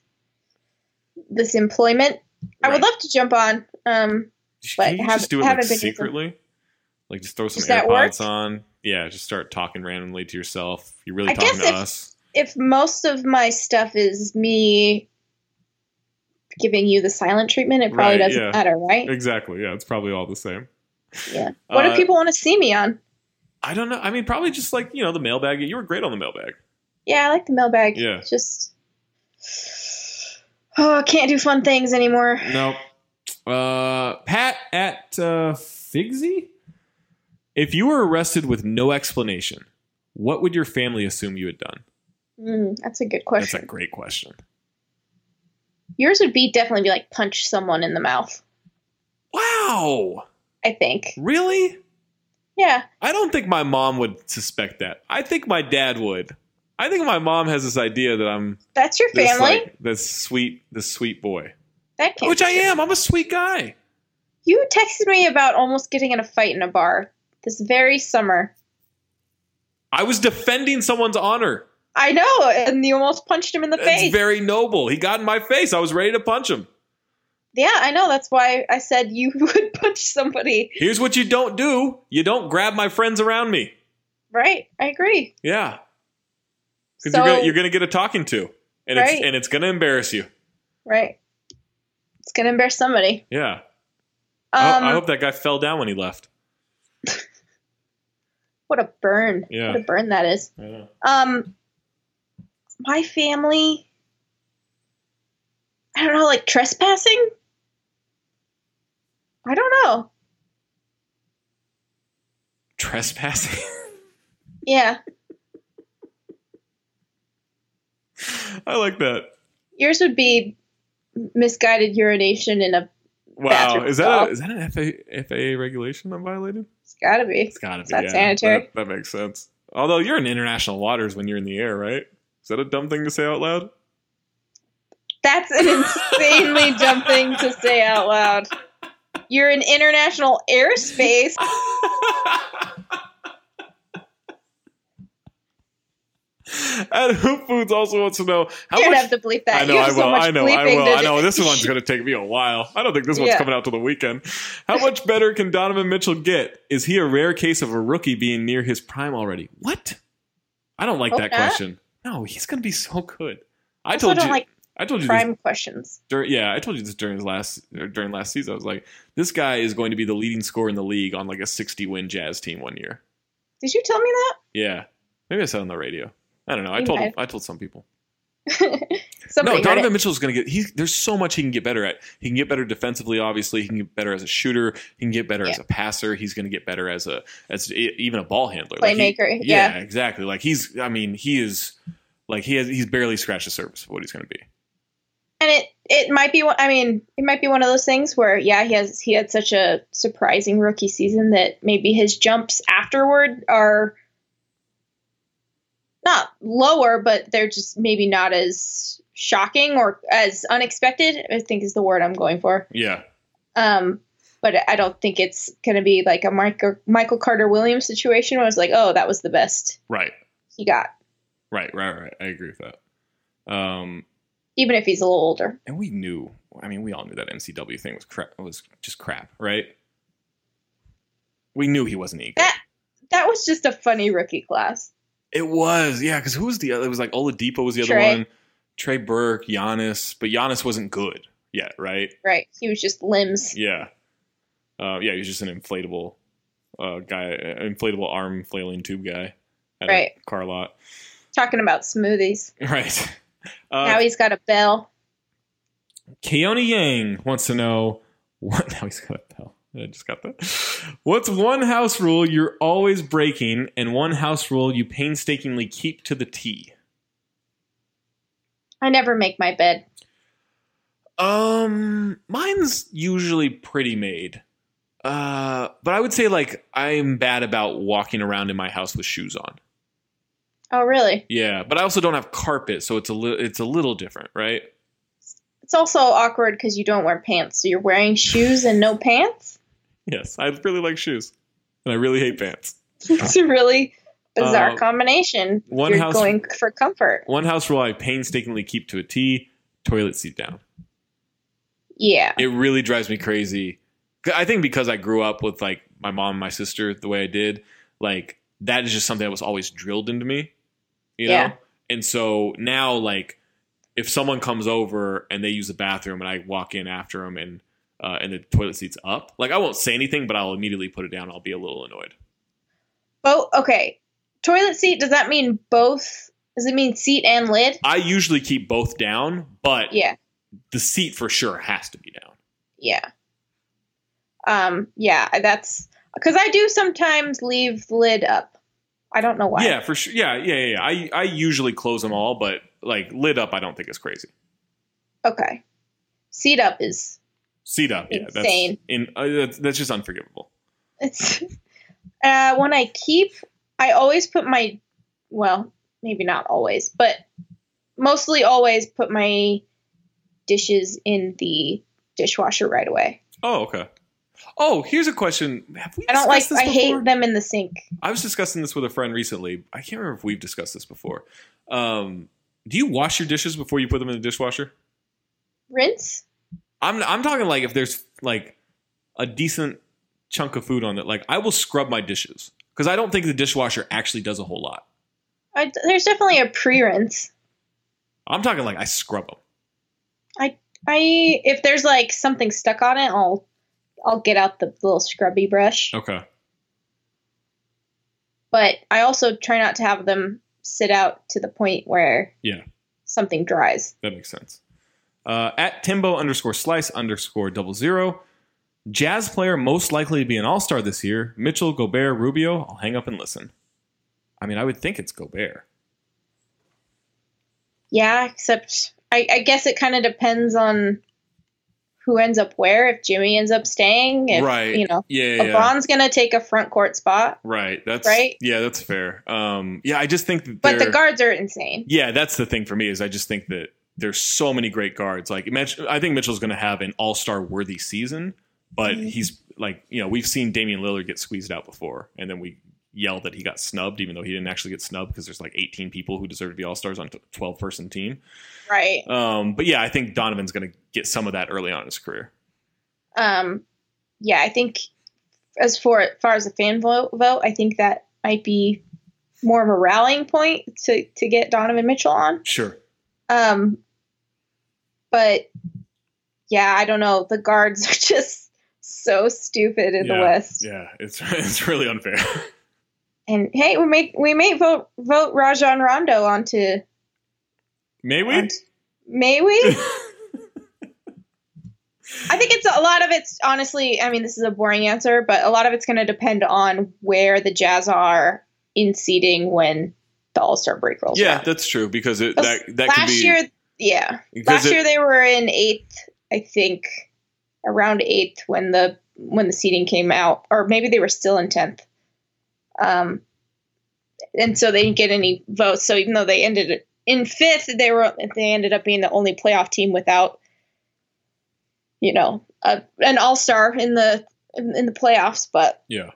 S1: this employment. I would
S2: Right.
S1: love to jump on. Um But
S2: Can you
S1: haven't-
S2: just do it like
S1: haven't been using-
S2: secretly? Like just throw some
S1: Does that work?
S2: AirPods on. Yeah, just start talking randomly to yourself. You're really
S1: I
S2: talking
S1: guess
S2: to
S1: if-
S2: us.
S1: if most of my stuff is me giving you the silent treatment, it probably
S2: Right,
S1: doesn't
S2: yeah.
S1: matter, right?
S2: Exactly. Yeah, it's probably all the same.
S1: Yeah. What
S2: Uh,
S1: do people want to see me on?
S2: I don't know. I mean, probably just like, you know, the mailbag. You were great on the mailbag.
S1: Yeah, I like the mailbag.
S2: Yeah.
S1: It's just Oh, I can't do fun things anymore.
S2: Nope. Uh, Pat at uh, Figsy? If you were arrested with no explanation, what would your family assume you had done?
S1: Mm, that's a good
S2: That's
S1: question.
S2: a great question.
S1: Yours would be definitely be like punch someone in the mouth,
S2: Wow.
S1: I think.
S2: Really?
S1: Yeah.
S2: I don't think my mom would suspect that. I think my dad would. I think my mom has this idea that I'm
S1: That's your
S2: this,
S1: family.
S2: like, this sweet, this sweet boy,
S1: that can't
S2: which
S1: be
S2: I
S1: true.
S2: am. I'm a sweet guy.
S1: You texted me about almost getting in a fight in a bar this very summer.
S2: I was defending someone's honor.
S1: I know, and you almost punched him in the
S2: It's
S1: face.
S2: very noble. He got in my face. I was ready to punch him.
S1: yeah, I know. That's why I said you would punch somebody.
S2: Here's what you don't do: you don't grab my friends around me.
S1: Right? I agree.
S2: Yeah, because
S1: So,
S2: you're, gonna, you're gonna get a talking to, and it's
S1: Right.
S2: and it's gonna embarrass you.
S1: right. It's gonna embarrass somebody.
S2: Yeah, Oh, I, hope-
S1: Um,
S2: I hope that guy fell down when he left.
S1: what a burn!
S2: Yeah.
S1: What a burn that is.
S2: I know.
S1: Um, my family. I don't know, like trespassing? I don't know.
S2: Trespassing.
S1: Yeah.
S2: I like that.
S1: Yours would be misguided urination in a.
S2: Wow,
S1: Bathroom
S2: is that
S1: stall.
S2: a, is that an FAA, FAA regulation I'm violating?
S1: It's gotta be.
S2: It's gotta be.
S1: Is that
S2: yeah.
S1: sanitary?
S2: That, that makes sense. Although you're in international waters when you're in the air, right? Is that a dumb thing to say out loud?
S1: That's an insanely dumb thing to say out loud. You're in international airspace.
S2: and Hoop Foods also wants to know how
S1: you don't
S2: much.
S1: have to bleep that.
S2: I know,
S1: you
S2: I
S1: have
S2: will.
S1: so much
S2: I know, I
S1: bleeping
S2: will.
S1: to
S2: I know.
S1: do.
S2: This one's going to take me a while. I don't think this one's
S1: Yeah.
S2: coming out till the weekend. How much better can Donovan Mitchell get? Is he a rare case of a rookie being near his prime already? What? I don't like
S1: Hope
S2: that
S1: not.
S2: question. No, he's going to be so good. I
S1: also
S2: told
S1: don't
S2: you.
S1: like
S2: I told you this
S1: prime questions.
S2: during yeah, I told you this during his last or during last season. I was like, this guy is going to be the leading scorer in the league on like a 60 win Jazz team one year.
S1: Did you tell me
S2: Yeah, maybe I said on the radio. I don't know. I
S1: You
S2: told
S1: might.
S2: I told some people.
S1: that? Somebody
S2: no,
S1: heard
S2: Donovan
S1: it.
S2: Mitchell's going to get. He's there's so much he can get better at. He can get better defensively. Obviously, he can get better as a shooter. He can get better as a passer. He's going to get better as a as e- even a ball handler, Like, he-
S1: Playmaker,
S2: yeah.
S1: yeah.
S2: exactly. Like he's. I mean, he is. Like he has. He's barely scratched the surface of what he's going to be.
S1: and it it might be one. I mean, it might be one of those things where yeah, he has he had such a surprising rookie season that maybe his jumps afterward are not lower, but they're just maybe not as shocking or as unexpected. I think is the word I'm going for.
S2: Yeah.
S1: Um, but I don't think it's going to be like a Michael Michael Carter Williams situation where it's like, oh, that was the best
S2: Right.
S1: he got,
S2: Right. Right. Right. I agree with that. Um.
S1: even if he's a little older.
S2: and we knew i mean we all knew that mcw thing was crap was just crap right we knew he wasn't eager
S1: That- That was just a funny rookie class.
S2: it was yeah because who was the other it was like oladipo was the other
S1: Trey.
S2: one trey burke Giannis, but Giannis wasn't good yet right
S1: Right. He was just limbs.
S2: yeah uh, yeah he was just an inflatable uh, guy uh, inflatable arm flailing tube guy at
S1: Right.
S2: a car lot
S1: Talking about smoothies.
S2: right
S1: now
S2: uh,
S1: he's got a bell.
S2: Keone Yang wants to know what now he's got a bell. I just got that. What's one house rule you're always breaking and one house rule you painstakingly keep to the T?
S1: I never make my bed.
S2: Um mine's usually pretty made. Uh but I would say like I'm bad about walking around in my house with shoes on.
S1: Oh, really?
S2: Yeah, but I also don't have carpet, so it's a little it's a little different, right?
S1: It's also awkward because you don't wear pants. So you're wearing shoes and no pants?
S2: Yes, I really like shoes. And I really hate pants.
S1: It's a really bizarre
S2: Uh,
S1: combination.
S2: one
S1: you're
S2: house-
S1: going for comfort.
S2: One house rule I painstakingly keep to a T, toilet seat down.
S1: Yeah.
S2: it really drives me crazy. I think because I grew up with like my mom and my sister the way I did, like that is just something that was always drilled into me, you know?
S1: Yeah.
S2: And so now, like, if someone comes over and they use the bathroom and I walk in after them and uh, and the toilet seat's up, like I won't say anything, but I'll immediately put it down. I'll be a little annoyed.
S1: Both. Okay. Toilet seat, does that mean both? Does it mean seat and lid?
S2: I usually keep both down, but
S1: Yeah.
S2: the seat for sure has to be down.
S1: Yeah. Um, yeah, that's because I do sometimes leave lid up. I don't know why.
S2: Yeah, for sure. Yeah, yeah, yeah. yeah. I I usually close them all, but like lid up, I don't think is crazy.
S1: Okay. Seat up is
S2: Seat up, yeah,
S1: Insane.
S2: That's, in, uh, that's, that's just unforgivable.
S1: It's uh, one I keep. I always put my, well, maybe not always, but mostly always put my dishes in the dishwasher right away.
S2: Oh, okay. Oh, here's a question. Have we?
S1: I don't like.
S2: discussed
S1: I
S2: This before?
S1: hate them in the sink.
S2: I was discussing this with a friend recently. I can't remember if we've discussed this before. Um, do you wash your dishes before you put them in the dishwasher?
S1: Rinse.
S2: I'm I'm talking like if there's like a decent chunk of food on it. Like I will scrub my dishes because I don't think the dishwasher actually does a whole lot.
S1: I, there's definitely a pre-rinse.
S2: I'm talking like I scrub them.
S1: I if there's like something stuck on it, I'll I'll get out the little scrubby brush.
S2: Okay.
S1: But I also try not to have them sit out to the point where
S2: Yeah.
S1: something dries.
S2: That makes sense. Uh, at Timbo underscore slice underscore double zero. Jazz player most likely to be an all star this year. Mitchell, Gobert, Rubio. I'll hang up and listen. I mean, I would think it's Gobert.
S1: Yeah, except I, I guess it kind of depends on who ends up where. If Jimmy ends up staying, if,
S2: right.
S1: you know,
S2: yeah, yeah, yeah.
S1: LeBron's gonna take a front court spot,
S2: Right. That's
S1: Right?
S2: Yeah, that's fair. Um, yeah, I just think that
S1: but the
S2: they're-
S1: guards are insane.
S2: Yeah, that's the thing for me is I just think that there's so many great guards. Like imagine, I think Mitchell's going to have an all-star worthy season, but
S1: Mhm.
S2: he's like, you know, we've seen Damian Lillard get squeezed out before and then we yell that he got snubbed even though he didn't actually get snubbed because there's like 18 people who deserve to be all-stars on a 12 person team.
S1: Right.
S2: Um, but yeah, I think Donovan's going to get some of that early on in his career.
S1: Um, yeah, I think as for as far as the fan vote, vote, I think that might be more of a rallying point to to get Donovan Mitchell on.
S2: Sure.
S1: Um, but yeah, I don't know. The guards are just so stupid in the
S2: Yeah,
S1: West.
S2: Yeah, it's it's really unfair.
S1: And hey, we may we may vote vote Rajon Rondo onto.
S2: May we?
S1: onto may we? I think it's a lot of it's honestly. I mean, this is a boring answer, but a lot of it's going to depend on where the Jazz are in seeding when the All Star break rolls.
S2: yeah,
S1: around.
S2: that's true because it,
S1: Because
S2: that that could
S1: last
S2: be
S1: year, yeah,
S2: because
S1: last
S2: it-
S1: year they were in eighth, I think, around eighth when the when the seeding came out, or maybe they were still in tenth. Um, and so they didn't get any votes. So even though they ended it- in fifth, they were they ended up being the only playoff team without, you know, a, an all star in the in, in the playoffs. But
S2: yeah.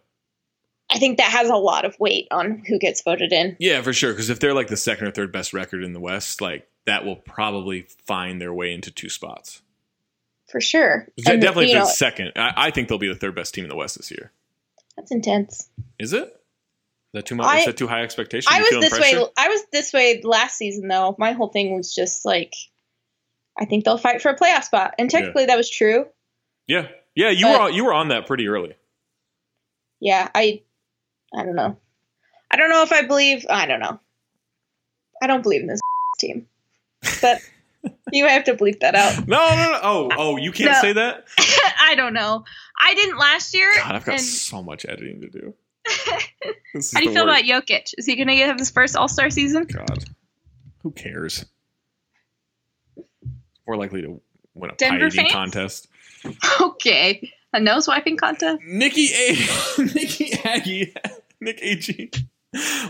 S1: I think that has a lot of weight on who gets voted in.
S2: Yeah, for sure. Because if they're like the second or third best record in the West, like that will probably find their way into two spots.
S1: For sure.
S2: De-
S1: And,
S2: Definitely
S1: you
S2: if they're
S1: know,
S2: second. I-, I think they'll be the third best team in the West this year.
S1: that's intense.
S2: Is it? Is that too much?
S1: I-
S2: is that too high expectation?
S1: I
S2: You
S1: was
S2: feeling
S1: this
S2: pressure?
S1: way. I was this way last season, though. My whole thing was just like, I think they'll fight for a playoff spot, and
S2: Yeah.
S1: technically that was true.
S2: Yeah, yeah. You
S1: But-
S2: were on, you were on that pretty early.
S1: Yeah, I, I don't know. I don't know if I believe. I don't know. I don't believe in this team. But you have to bleep that out.
S2: No, no, no. Oh, oh, you can't
S1: No.
S2: say that.
S1: I don't know. I didn't last year.
S2: God, I've got
S1: and
S2: so much editing to do. This is
S1: how do you
S2: the
S1: feel
S2: worst.
S1: about Jokic? Is he going to have his first All Star season?
S2: God? Who cares? More likely to win a
S1: Denver
S2: pie eating
S1: fans?
S2: contest.
S1: Okay, a nose wiping contest.
S2: Nikki A. Nikki Aggie. Nick AG.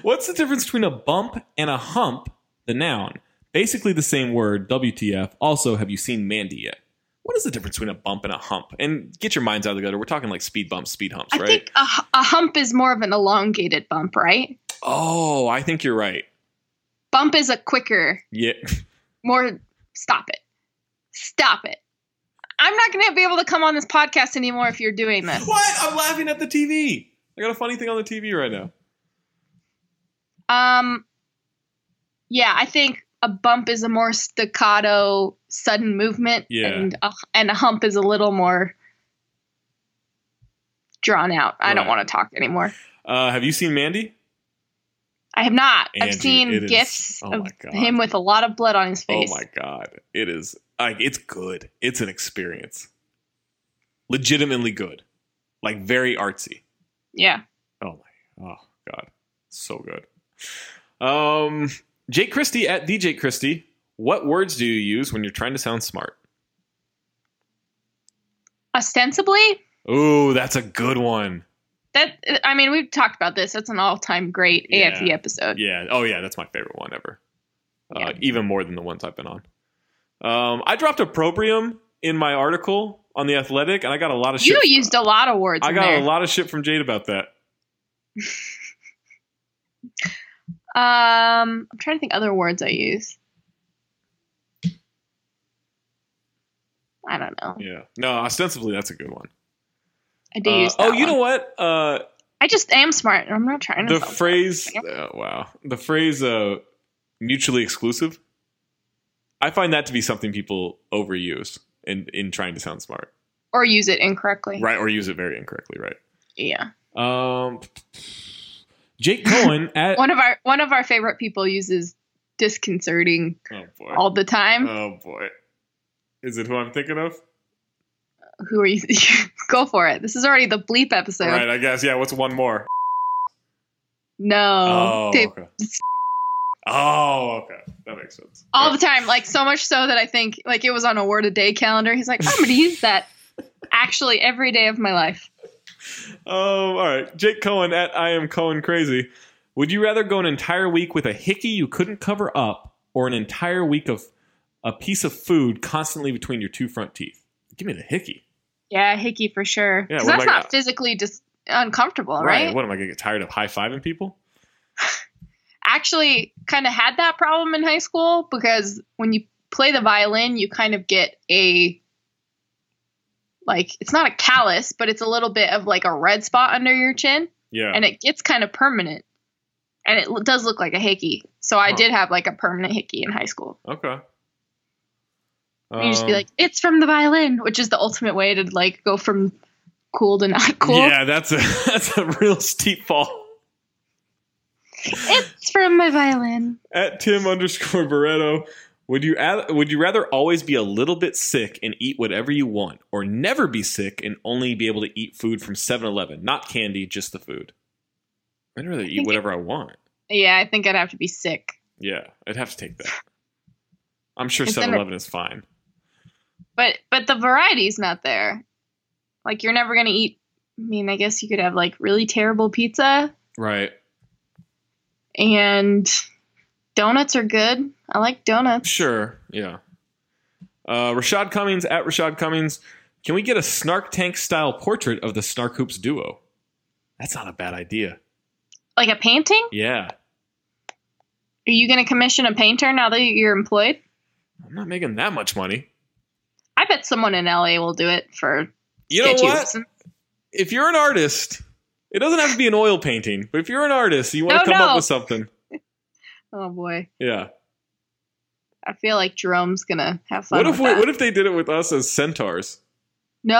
S2: What's the difference between a bump and a hump, the noun? Basically the same word, WTF. Also, have you seen Mandy yet? What is the difference between a bump and a hump? And get your minds out of the gutter. We're talking like speed bumps, speed humps,
S1: I
S2: right?
S1: think a, a hump is more of an elongated bump, right?
S2: oh, I think you're right.
S1: Bump is a quicker,
S2: Yeah.
S1: more stop it. Stop it. I'm not going to be able to come on this podcast anymore if you're doing this.
S2: What? I'm laughing at the TV. I got a funny thing on the TV right now.
S1: Um yeah, I think a bump is a more staccato sudden movement
S2: Yeah.
S1: and a, and a hump is a little more drawn out. I don't
S2: Right.
S1: want to talk anymore.
S2: Uh, have you seen Mandy?
S1: I have not.
S2: Angie,
S1: I've seen
S2: it is-
S1: gifs
S2: oh
S1: of
S2: my God.
S1: him with a lot of blood on his
S2: Oh
S1: face.
S2: my god, it is like it's good. It's an experience, legitimately good, like very artsy.
S1: Yeah.
S2: Oh my, oh god, so good. Um, Jake Christie at DJ Christie. What words do you use when you're trying to sound smart?
S1: Ostensibly,
S2: Ooh, that's a good one.
S1: that I mean, we've talked about this. That's an all-time great
S2: Yeah.
S1: AFE episode.
S2: Yeah. Oh yeah, that's my favorite one ever. Uh,
S1: Yeah.
S2: even more than the ones I've been on. Um, I dropped opprobrium in my article on the Athletic, and I got a lot of
S1: You
S2: shit.
S1: used a lot of words.
S2: I
S1: in
S2: got
S1: there.
S2: a lot of shit from Jade about that.
S1: Um, I'm trying to think other words I use. I don't know.
S2: Yeah. No, ostensibly that's a good one.
S1: I do
S2: Uh,
S1: use.
S2: oh,
S1: that
S2: you know
S1: one.
S2: what? Uh,
S1: I just am smart, and I'm not trying to.
S2: the
S1: sound-
S2: phrase.
S1: Yep.
S2: Uh, wow. The phrase uh, "mutually exclusive." I find that to be something people overuse in in trying to sound smart,
S1: or use it incorrectly.
S2: right? Or use it very incorrectly, right?
S1: Yeah.
S2: Um, Jake Cohen at.
S1: One of our one of our favorite people uses disconcerting
S2: Oh boy.
S1: all the time.
S2: Oh boy. Is it who I'm thinking of?
S1: Who are you? Go for it. This is already the bleep episode.
S2: Right, I guess. Yeah, what's one more?
S1: No. Um,
S2: Oh,
S1: Dude,
S2: okay. Oh, okay. That makes sense.
S1: all the time. Like so much so that I think like it was on a word a day calendar. He's like, I'm gonna use that actually every day of my life.
S2: Oh, all right. Jake Cohen at I am Cohen crazy. Would you rather go an entire week with a hickey you couldn't cover up, or an entire week of a piece of food constantly between your two front teeth? Give me the hickey.
S1: Yeah, hickey for sure.
S2: Yeah,
S1: 'Cause
S2: what
S1: that's
S2: am I-
S1: not physically just uncomfortable, right?
S2: What am I gonna get tired of high fiving people?
S1: Actually, kind of had that problem in high school because when you play the violin, you kind of get a like it's not a callus, but it's a little bit of like a red spot under your chin.
S2: Yeah.
S1: and it gets kind of permanent and it l- does look like a hickey so i
S2: Huh.
S1: did have like a permanent hickey in high school
S2: okay.
S1: you just be
S2: Um,
S1: like it's from the violin which is the ultimate way to like go from cool to not cool
S2: Yeah, that's a that's a real steep fall.
S1: it's from my violin
S2: At Tim underscore Barretto, would you add, would you rather always be a little bit sick and eat whatever you want, or never be sick and only be able to eat food from 7-Eleven, not candy, just the food? I'd rather eat
S1: think
S2: whatever I want.
S1: yeah i think i'd have to be sick
S2: Yeah, I'd have to take that. I'm sure
S1: It's never-
S2: 7-Eleven is fine.
S1: but but the variety's not there like you're never gonna eat i mean i guess you could have like really terrible pizza
S2: Right.
S1: and donuts are good i like donuts
S2: Sure. Yeah. Uh, Rashad Cummings at Rashad Cummings. Can we get a Snark Tank style portrait of the Snark Hoops duo? That's not a bad idea.
S1: like a painting
S2: Yeah.
S1: are you gonna commission a painter now that you're employed
S2: I'm not making that much money.
S1: I bet someone in LA will do it for
S2: You know
S1: sketchy
S2: what?
S1: reasons.
S2: If you're an artist, it doesn't have to be an oil painting, but if you're an artist, you want
S1: No,
S2: to come
S1: no.
S2: up with something.
S1: Oh boy,
S2: Yeah.
S1: I feel like Jerome's gonna have fun.
S2: What if
S1: with
S2: we,
S1: that.
S2: what if they did it with us as centaurs?
S1: No,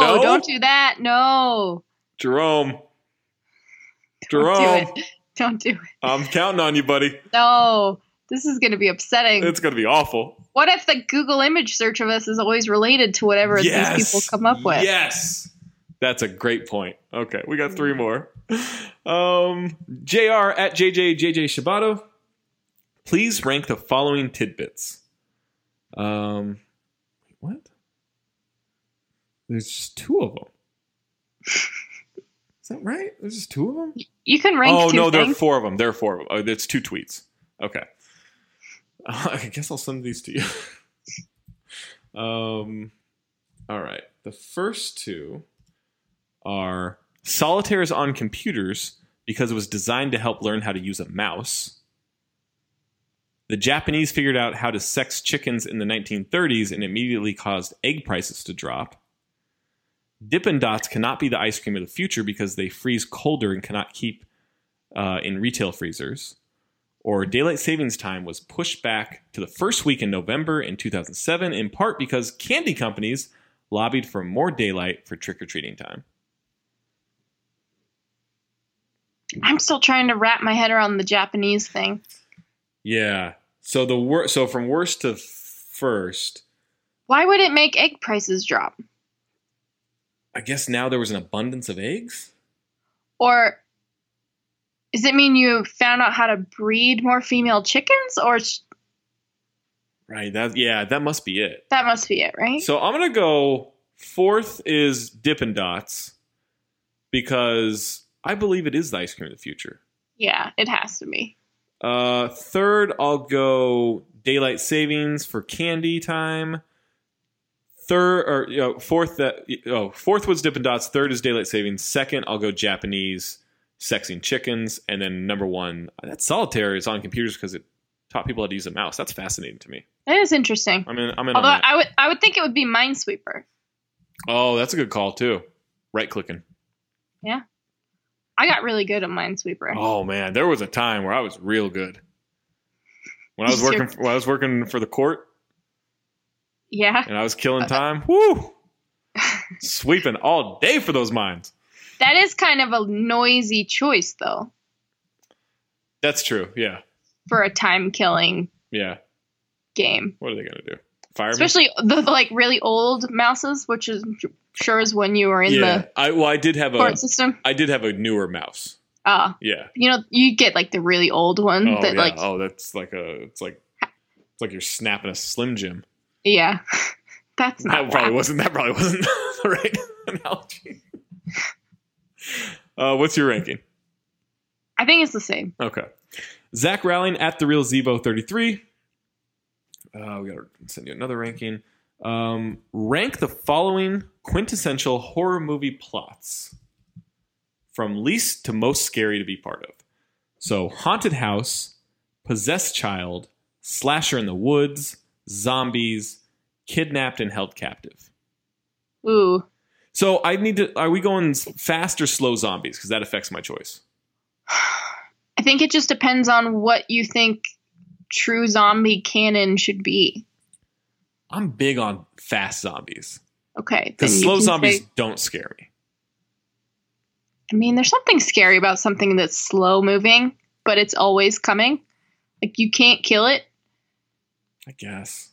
S2: No?
S1: don't do that. No,
S2: Jerome.
S1: Don't do
S2: Jerome,
S1: don't do it.
S2: I'm counting on you, buddy.
S1: No, this is gonna be upsetting.
S2: It's going to be awful.
S1: what if the Google image search of us is always related to whatever these people come up with?
S2: Yes. That's a great point. Okay, we got three more. Um, JR at JJJJ Shibato. Please rank the following tidbits. Um, what? There's just two of them. Is that right? There's just two of them?
S1: You can rank.
S2: oh
S1: two
S2: no, there are
S1: things.
S2: four of them. There are four of them. Oh, that's two tweets. Okay. Uh, I guess I'll send these to you. um, all right. The first two are solitaire is on computers because it was designed to help learn how to use a mouse. The Japanese figured out how to sex chickens in the 1930s and immediately caused egg prices to drop. Dippin' Dots cannot be the ice cream of the future because they freeze colder and cannot keep uh, in retail freezers. Or daylight savings time was pushed back to the first week in November in 2007, in part because candy companies lobbied for more daylight for trick or treating time.
S1: I'm still trying to wrap my head around the Japanese thing.
S2: Yeah. So the wor- so from worst to first,
S1: Why would it make egg prices drop?
S2: I guess now there was an abundance of eggs.
S1: Or does it mean you found out how to breed more female chickens? Or it's-
S2: Right. That yeah, that must be it.
S1: that must be it, right?
S2: So I'm gonna go fourth is Dippin' Dots because I believe it is the ice cream of the future.
S1: yeah, it has to be.
S2: Uh, third, I'll go daylight savings for candy time. Third or you know, fourth that oh fourth was Dippin' Dots. Third is daylight savings. Second, I'll go Japanese sexing chickens, and then number one that solitaire is on computers because it taught people how to use a mouse. That's fascinating to me.
S1: That is interesting.
S2: I'm in. I'm in. On
S1: Although
S2: that.
S1: I would, I would think it would be Minesweeper.
S2: oh, that's a good call too. Right clicking.
S1: I got really good at Minesweeper.
S2: Oh man, there was a time where I was real good. When I was
S1: Sure.
S2: working, when I was working for the court,
S1: Yeah,
S2: and I was killing time. Woo! Sweeping all day for those mines.
S1: that is kind of a noisy choice though
S2: That's true. Yeah,
S1: for a time killing
S2: yeah.
S1: game.
S2: What are they gonna do? Fireman.
S1: Especially the like really old mouses, which is sure is when you were in
S2: yeah. I well, I did have
S1: the
S2: a
S1: court system.
S2: I did have a newer mouse.
S1: Ah,
S2: Yeah.
S1: you know, you get like the really old one
S2: Oh
S1: Mm, that
S2: yeah.
S1: like
S2: oh, that's like a it's like it's like you're snapping a Slim Jim.
S1: yeah. That's not
S2: That probably
S1: whack.
S2: wasn't that probably wasn't the right analogy. Uh, what's your ranking?
S1: I think it's the same.
S2: Okay. Zach Rowling at the real Zebo 33. Uh, we gotta send you another ranking. Um, rank the following quintessential horror movie plots from least to most scary to be part of. So, haunted house, possessed child, slasher in the woods, zombies, kidnapped and held captive.
S1: Ooh.
S2: So, I need to. Are we going s- fast or slow zombies? Because that affects my choice.
S1: I think it just depends on what you think true zombie canon should be.
S2: I'm big on fast zombies.
S1: Okay. then
S2: Because
S1: you
S2: slow
S1: can
S2: zombies
S1: say-
S2: don't scare me.
S1: I mean, there's something scary about something that's slow moving, but it's always coming. Like you can't kill it.
S2: I guess.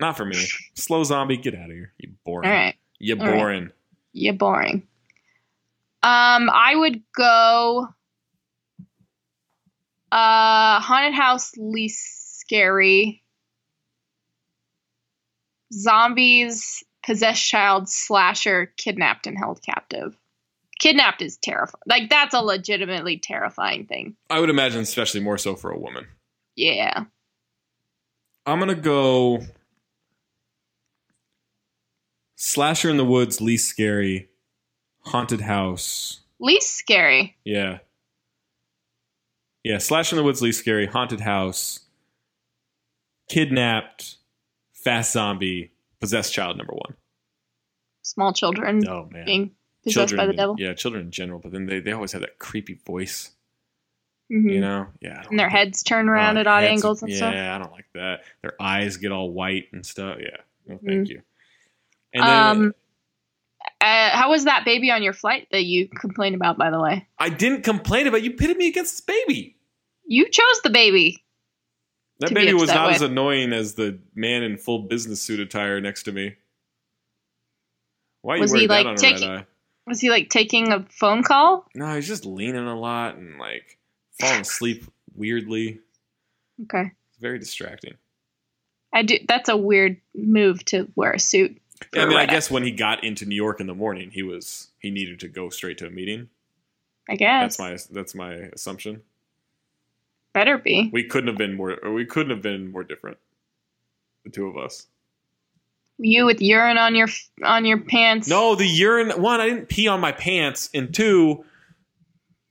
S2: Not for me. Slow zombie, get out of here. You boring.
S1: All right.
S2: You
S1: all right.
S2: boring.
S1: Yeah, boring. Um, I would go uh haunted house least scary. Zombies, possessed child, slasher, kidnapped and held captive. Kidnapped is terrifying. Like that's a legitimately terrifying thing.
S2: I would imagine, especially more so for a woman.
S1: Yeah.
S2: I'm gonna go slasher in the woods, least scary, haunted house.
S1: Least scary.
S2: Yeah, yeah. Slasher in the woods, least scary, haunted house, kidnapped, fast zombie, possessed child number one.
S1: Small children
S2: Oh man,
S1: being possessed by the
S2: in-
S1: devil.
S2: Yeah, children in general, but then they, they always have that creepy voice,
S1: Mhm.
S2: you know? Yeah. I don't
S1: And their
S2: like that.
S1: heads turn
S2: Oh,
S1: around
S2: their
S1: at odd
S2: heads-
S1: angles and
S2: yeah,
S1: stuff.
S2: I don't like that. Their eyes get all white and stuff. Yeah. No, thank you. And then
S1: Mm. Um, uh, how was that baby on your flight that you complained about? By the way,
S2: I didn't complain about you pitted me against this baby.
S1: you chose the baby.
S2: That
S1: To be
S2: baby was
S1: upset
S2: not
S1: with.
S2: as annoying as the man in full business suit attire next to me. Why are you
S1: Was he,
S2: wearing that
S1: like,
S2: on a red
S1: taking-
S2: eye?
S1: Was he like taking a phone call?
S2: No, he's just leaning a lot and like falling asleep weirdly.
S1: Okay,
S2: It's very distracting.
S1: I do. That's a weird move to wear a suit.
S2: Yeah, I mean, I
S1: Right.
S2: guess when he got into New York in the morning, he was he needed to go straight to a meeting.
S1: I guess
S2: That's my that's my assumption.
S1: better be.
S2: We couldn't have been more or we couldn't have been more different. The two of us.
S1: You with urine on your on your pants.
S2: No, the urine one, I didn't pee on my pants, and two,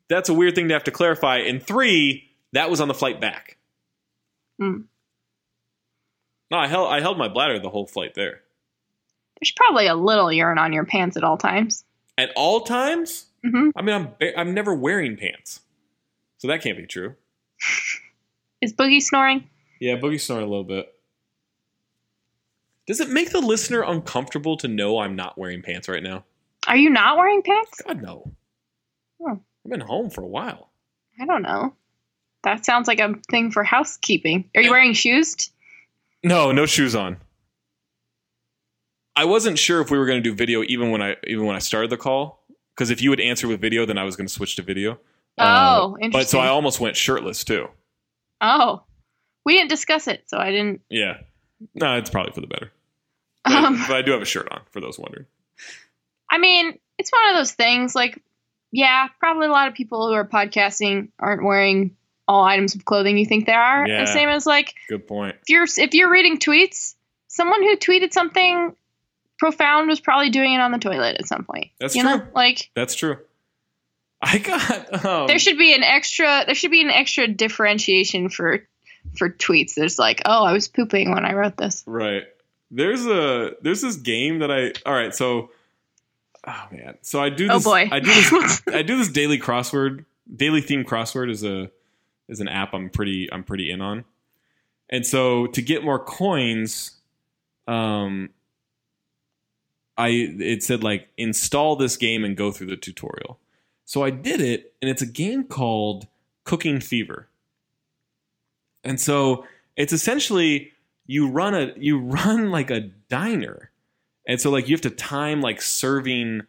S2: that's a weird thing to have to clarify. And three, that was on the flight back.
S1: Hmm.
S2: No, I held I held my bladder the whole flight there.
S1: there's probably a little urine on your pants at all times.
S2: At all times?
S1: hmm
S2: I mean, I'm ba- I'm never wearing pants. So that can't be true.
S1: Is Boogie snoring?
S2: Yeah, Boogie snoring a little bit. Does it make the listener uncomfortable to know I'm not wearing pants right now?
S1: Are you not wearing pants?
S2: God no.
S1: Hmm.
S2: I've been home for a while.
S1: I don't know. That sounds like a thing for housekeeping. Are you wearing shoes?
S2: No, no shoes on. I wasn't sure if we were going to do video even when I even when I started the call because if you would answer with video, then I was going to switch to video. Uh,
S1: oh, interesting.
S2: but so I almost went shirtless too.
S1: Oh, we didn't discuss it, so I didn't.
S2: Yeah, no, it's probably for the better. But,
S1: Um,
S2: but I do have a shirt on for those wondering.
S1: I mean, it's one of those things. Like, yeah, probably a lot of people who are podcasting aren't wearing all items of clothing you think they are.
S2: Yeah.
S1: The same as like
S2: Good point.
S1: if you're if you're reading tweets, someone who tweeted something profound was probably doing it on the toilet at some point.
S2: That's
S1: you Know?
S2: true.
S1: Like,
S2: That's true. I got um,
S1: there should be an extra. There should be an extra differentiation for for tweets. There's like, oh, I was pooping when I wrote this.
S2: Right. There's a there's this game that I all right, so oh man. So I do
S1: Oh,
S2: this
S1: boy.
S2: I do this I do this daily crossword. Daily theme crossword is a is an app I'm pretty I'm pretty in on. And so to get more coins, um I it said like install this game and go through the tutorial. So I did it, and it's a game called Cooking Fever. And so it's essentially you run a you run like a diner, and so like you have to time like serving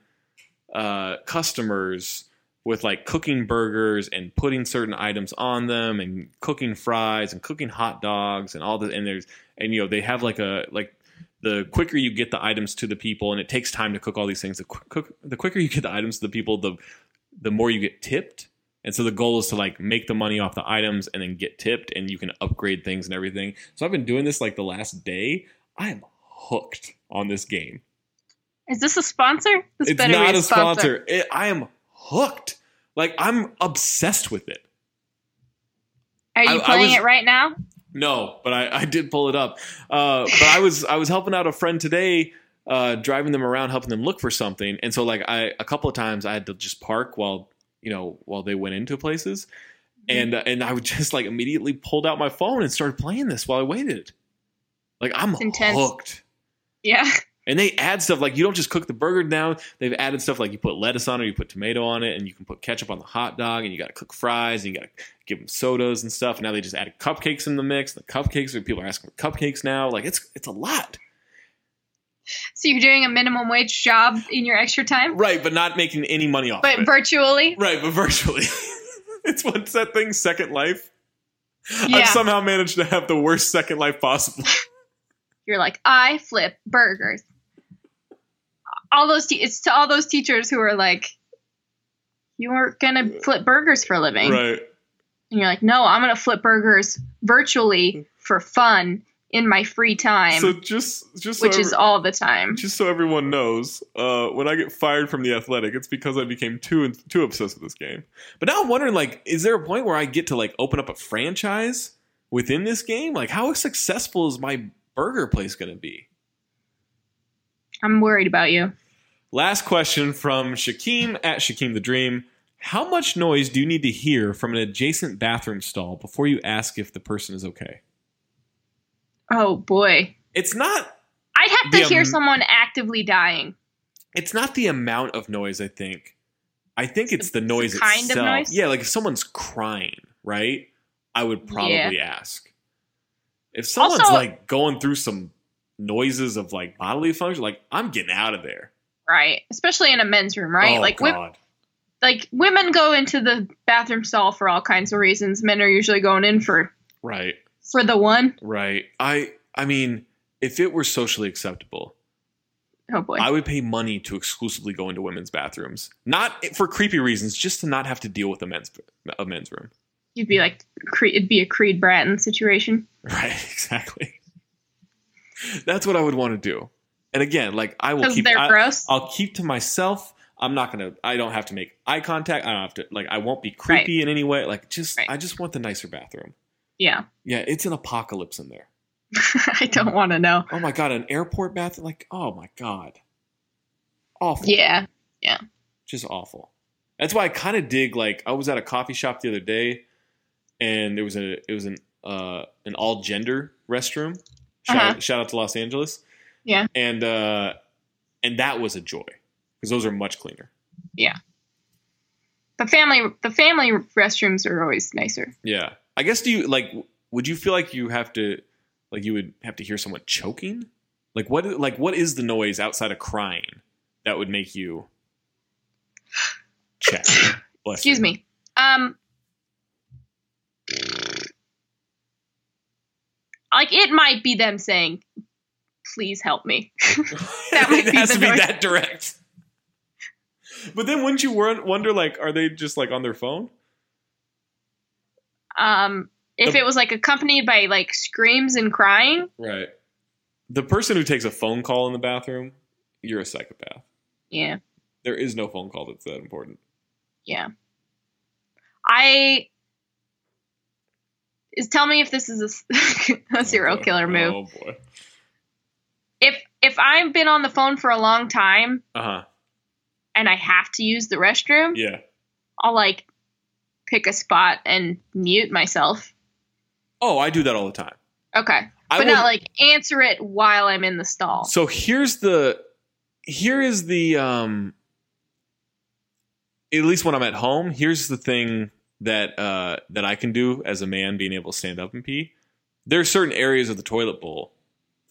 S2: uh, customers with like cooking burgers and putting certain items on them and cooking fries and cooking hot dogs and all the and there's and you know they have like a like the quicker you get the items to the people and it takes time to cook all these things the quick, cook, the quicker you get the items to the people the the more you get tipped and so the goal is to like make the money off the items and then get tipped and you can upgrade things and everything so i've been doing this like the last day i am hooked on this game
S1: Is this a sponsor? This
S2: it's not a sponsor. It, I am hooked. Like I'm obsessed with it.
S1: Are you
S2: I- I
S1: playing
S2: was-
S1: it right now?
S2: No, but I, I did pull it up. Uh, but I was I was helping out a friend today, uh, driving them around, helping them look for something. And so like I a couple of times I had to just park while you know while they went into places,
S1: Mm-hmm.
S2: and uh, and I would just like immediately pulled out my phone and started playing this while I waited. Like I'm
S1: It's intense.
S2: hooked.
S1: Yeah.
S2: And they add stuff like you don't just cook the burger down. They've added stuff like you put lettuce on it, you put tomato on it, and you can put ketchup on the hot dog, and you got to cook fries, and you got to give them sodas and stuff. And now they just added cupcakes in the mix. The cupcakes, people are asking for cupcakes now. Like it's it's a lot,
S1: So you're doing a minimum wage job in your extra time,
S2: right? But not making any money off.
S1: but
S2: of it.
S1: virtually.
S2: right, but virtually, it's what's that thing? Second Life.
S1: Yeah.
S2: I've somehow managed to have the worst Second Life possible.
S1: You're like, I flip burgers. All those te- it's to all those teachers who are like, you weren't gonna flip burgers for a living,
S2: right.
S1: and you're like, no, I'm gonna flip burgers virtually for fun in my free time,
S2: So just just
S1: which
S2: so
S1: is all the time.
S2: just so everyone knows, uh, when I get fired from the athletic, it's because I became too too obsessed with this game. But now I'm wondering, like, is there a point where I get to like open up a franchise within this game? Like, how successful is my burger place going to be?
S1: I'm worried about you.
S2: Last question from Shakeem at Shakeem the Dream. How much noise do you need to hear from an adjacent bathroom stall before you ask if the person is okay?
S1: Oh boy,
S2: It's not
S1: I'd have to
S2: The um,
S1: hear
S2: am-
S1: someone actively dying.
S2: it's not the amount of noise i think i think it's the
S1: the
S2: noise
S1: kind of
S2: itself
S1: noise?
S2: yeah like if someone's crying right i would probably ask if someone's
S1: Also-
S2: like going through some noises of like bodily function like i'm getting out of there
S1: Right, especially in a men's room, right?
S2: oh
S1: like wi-
S2: god
S1: like women go into the bathroom stall for all kinds of reasons. Men are usually going in for
S2: right
S1: for the one.
S2: right i i mean if it were socially acceptable
S1: Oh boy.
S2: i would pay money to exclusively go into women's bathrooms not eh, for creepy reasons just to not have to deal with a men's a men's room
S1: You'd be like Creed, it'd be a Creed Bratton situation.
S2: Right, exactly. That's what I would want to do. And again, like I will
S1: Because
S2: keep
S1: they're
S2: I,
S1: gross.
S2: will keep to myself. I'm not gonna I don't have to make eye contact. I don't have to like I won't be creepy in any way. Like just
S1: Right.
S2: I just want the nicer bathroom.
S1: yeah.
S2: Yeah, it's an apocalypse in there.
S1: I don't want to know.
S2: Oh my god, an airport bathroom like oh my god. Awful.
S1: Yeah.
S2: just awful. That's why I kind of dig. Like I was at a coffee shop the other day, and there was a it was an uh, an all gender restroom. Shout,
S1: Uh-huh.
S2: shout out to Los Angeles.
S1: Yeah.
S2: and uh, and that was a joy because those are much cleaner.
S1: The family the family restrooms are always nicer.
S2: Yeah, I guess. Do you like? Would you feel like you have to like you would have to hear someone choking? Like what? Like what is the noise outside of crying that would make you check? Bless you.
S1: Excuse me. Um like it might be them saying, "Please help me." That would
S2: it
S1: be
S2: has
S1: the
S2: to be
S1: noise.
S2: that direct. But then wouldn't you wor- wonder, like, are they just like on their phone?
S1: Um if
S2: The-
S1: it was like accompanied by like screams and crying,
S2: Right. The person who takes a phone call in the bathroom, you're a psychopath.
S1: Yeah.
S2: There is no phone call that's that important.
S1: I is tell me if this is a s- a, serial
S2: boy.
S1: killer move.
S2: Oh boy.
S1: If if I've been on the phone for a long time
S2: Uh huh.
S1: and I have to use the restroom,
S2: Yeah.
S1: I'll like pick a spot and mute myself.
S2: Oh, I do that all the time.
S1: Okay.
S2: I
S1: But
S2: will-
S1: not like answer it while I'm in the stall.
S2: So here's the here is the um at least when I'm at home, here's the thing that uh that I can do as a man being able to stand up and pee. there are certain areas of the toilet bowl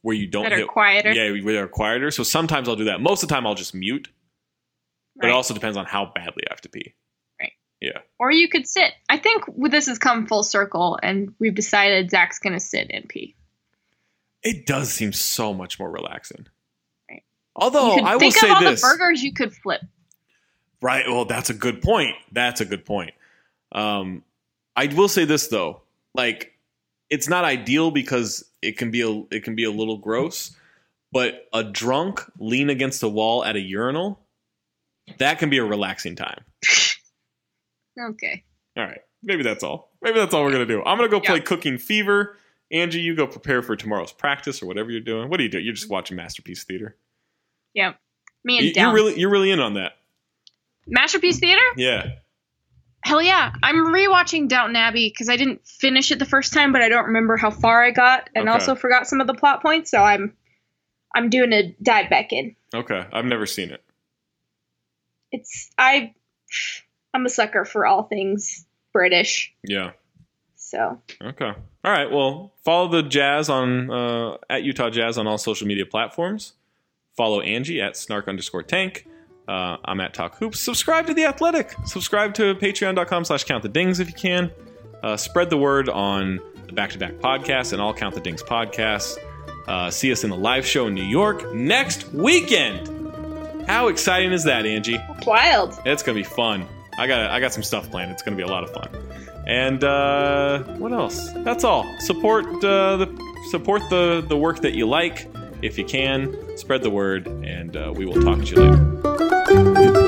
S2: where you don't
S1: that are
S2: hit.
S1: quieter.
S2: Yeah, where they're quieter. So sometimes I'll do that. Most of the time I'll just mute, but
S1: Right.
S2: it also depends on how badly I have to pee.
S1: or you could sit. I think this has come full circle, and we've decided Zach's gonna sit and pee.
S2: It does seem so much more relaxing.
S1: Right.
S2: Although
S1: you could
S2: Oh, I will
S1: think
S2: say
S1: of all
S2: this.
S1: the burgers you could flip.
S2: Right. Well, that's a good point. That's a good point. Um, I will say this though, like it's not ideal because it can be a it can be a little gross, but a drunk lean against a wall at a urinal, that can be a relaxing time.
S1: Okay.
S2: All right. Maybe that's all. Maybe that's all we're gonna do. I'm gonna go play Cooking Fever. Angie, you go prepare for tomorrow's practice or whatever you're doing. What do you do? You're just watching Masterpiece Theater.
S1: Me and
S2: You,
S1: down.
S2: you're really you're really in on that.
S1: Masterpiece Theater?
S2: Yeah.
S1: Hell yeah. I'm rewatching Downton Abbey because I didn't finish it the first time, but I don't remember how far I got and
S2: Okay.
S1: also forgot some of the plot points, so I'm I'm doing a dive back in.
S2: Okay. I've never seen it.
S1: It's I I'm a sucker for all things British.
S2: Yeah.
S1: So
S2: Okay. All right. Well, follow the Jazz on uh, at Utah Jazz on all social media platforms. Follow Angie at snark underscore tank. Uh, I'm at Talk Hoops. Subscribe to The Athletic. Subscribe to patreon.com slash count the dings if you can. Uh, spread the word on the back to back podcast and all count the dings podcasts. Uh, see us in the live show in New York next weekend. How exciting is that, Angie?
S1: wild.
S2: It's gonna be fun. I got I got some stuff planned. It's gonna be a lot of fun. And uh, what else? That's all. Support uh, the support the the work that you like if you can. Spread the word, and uh, we will talk to you later.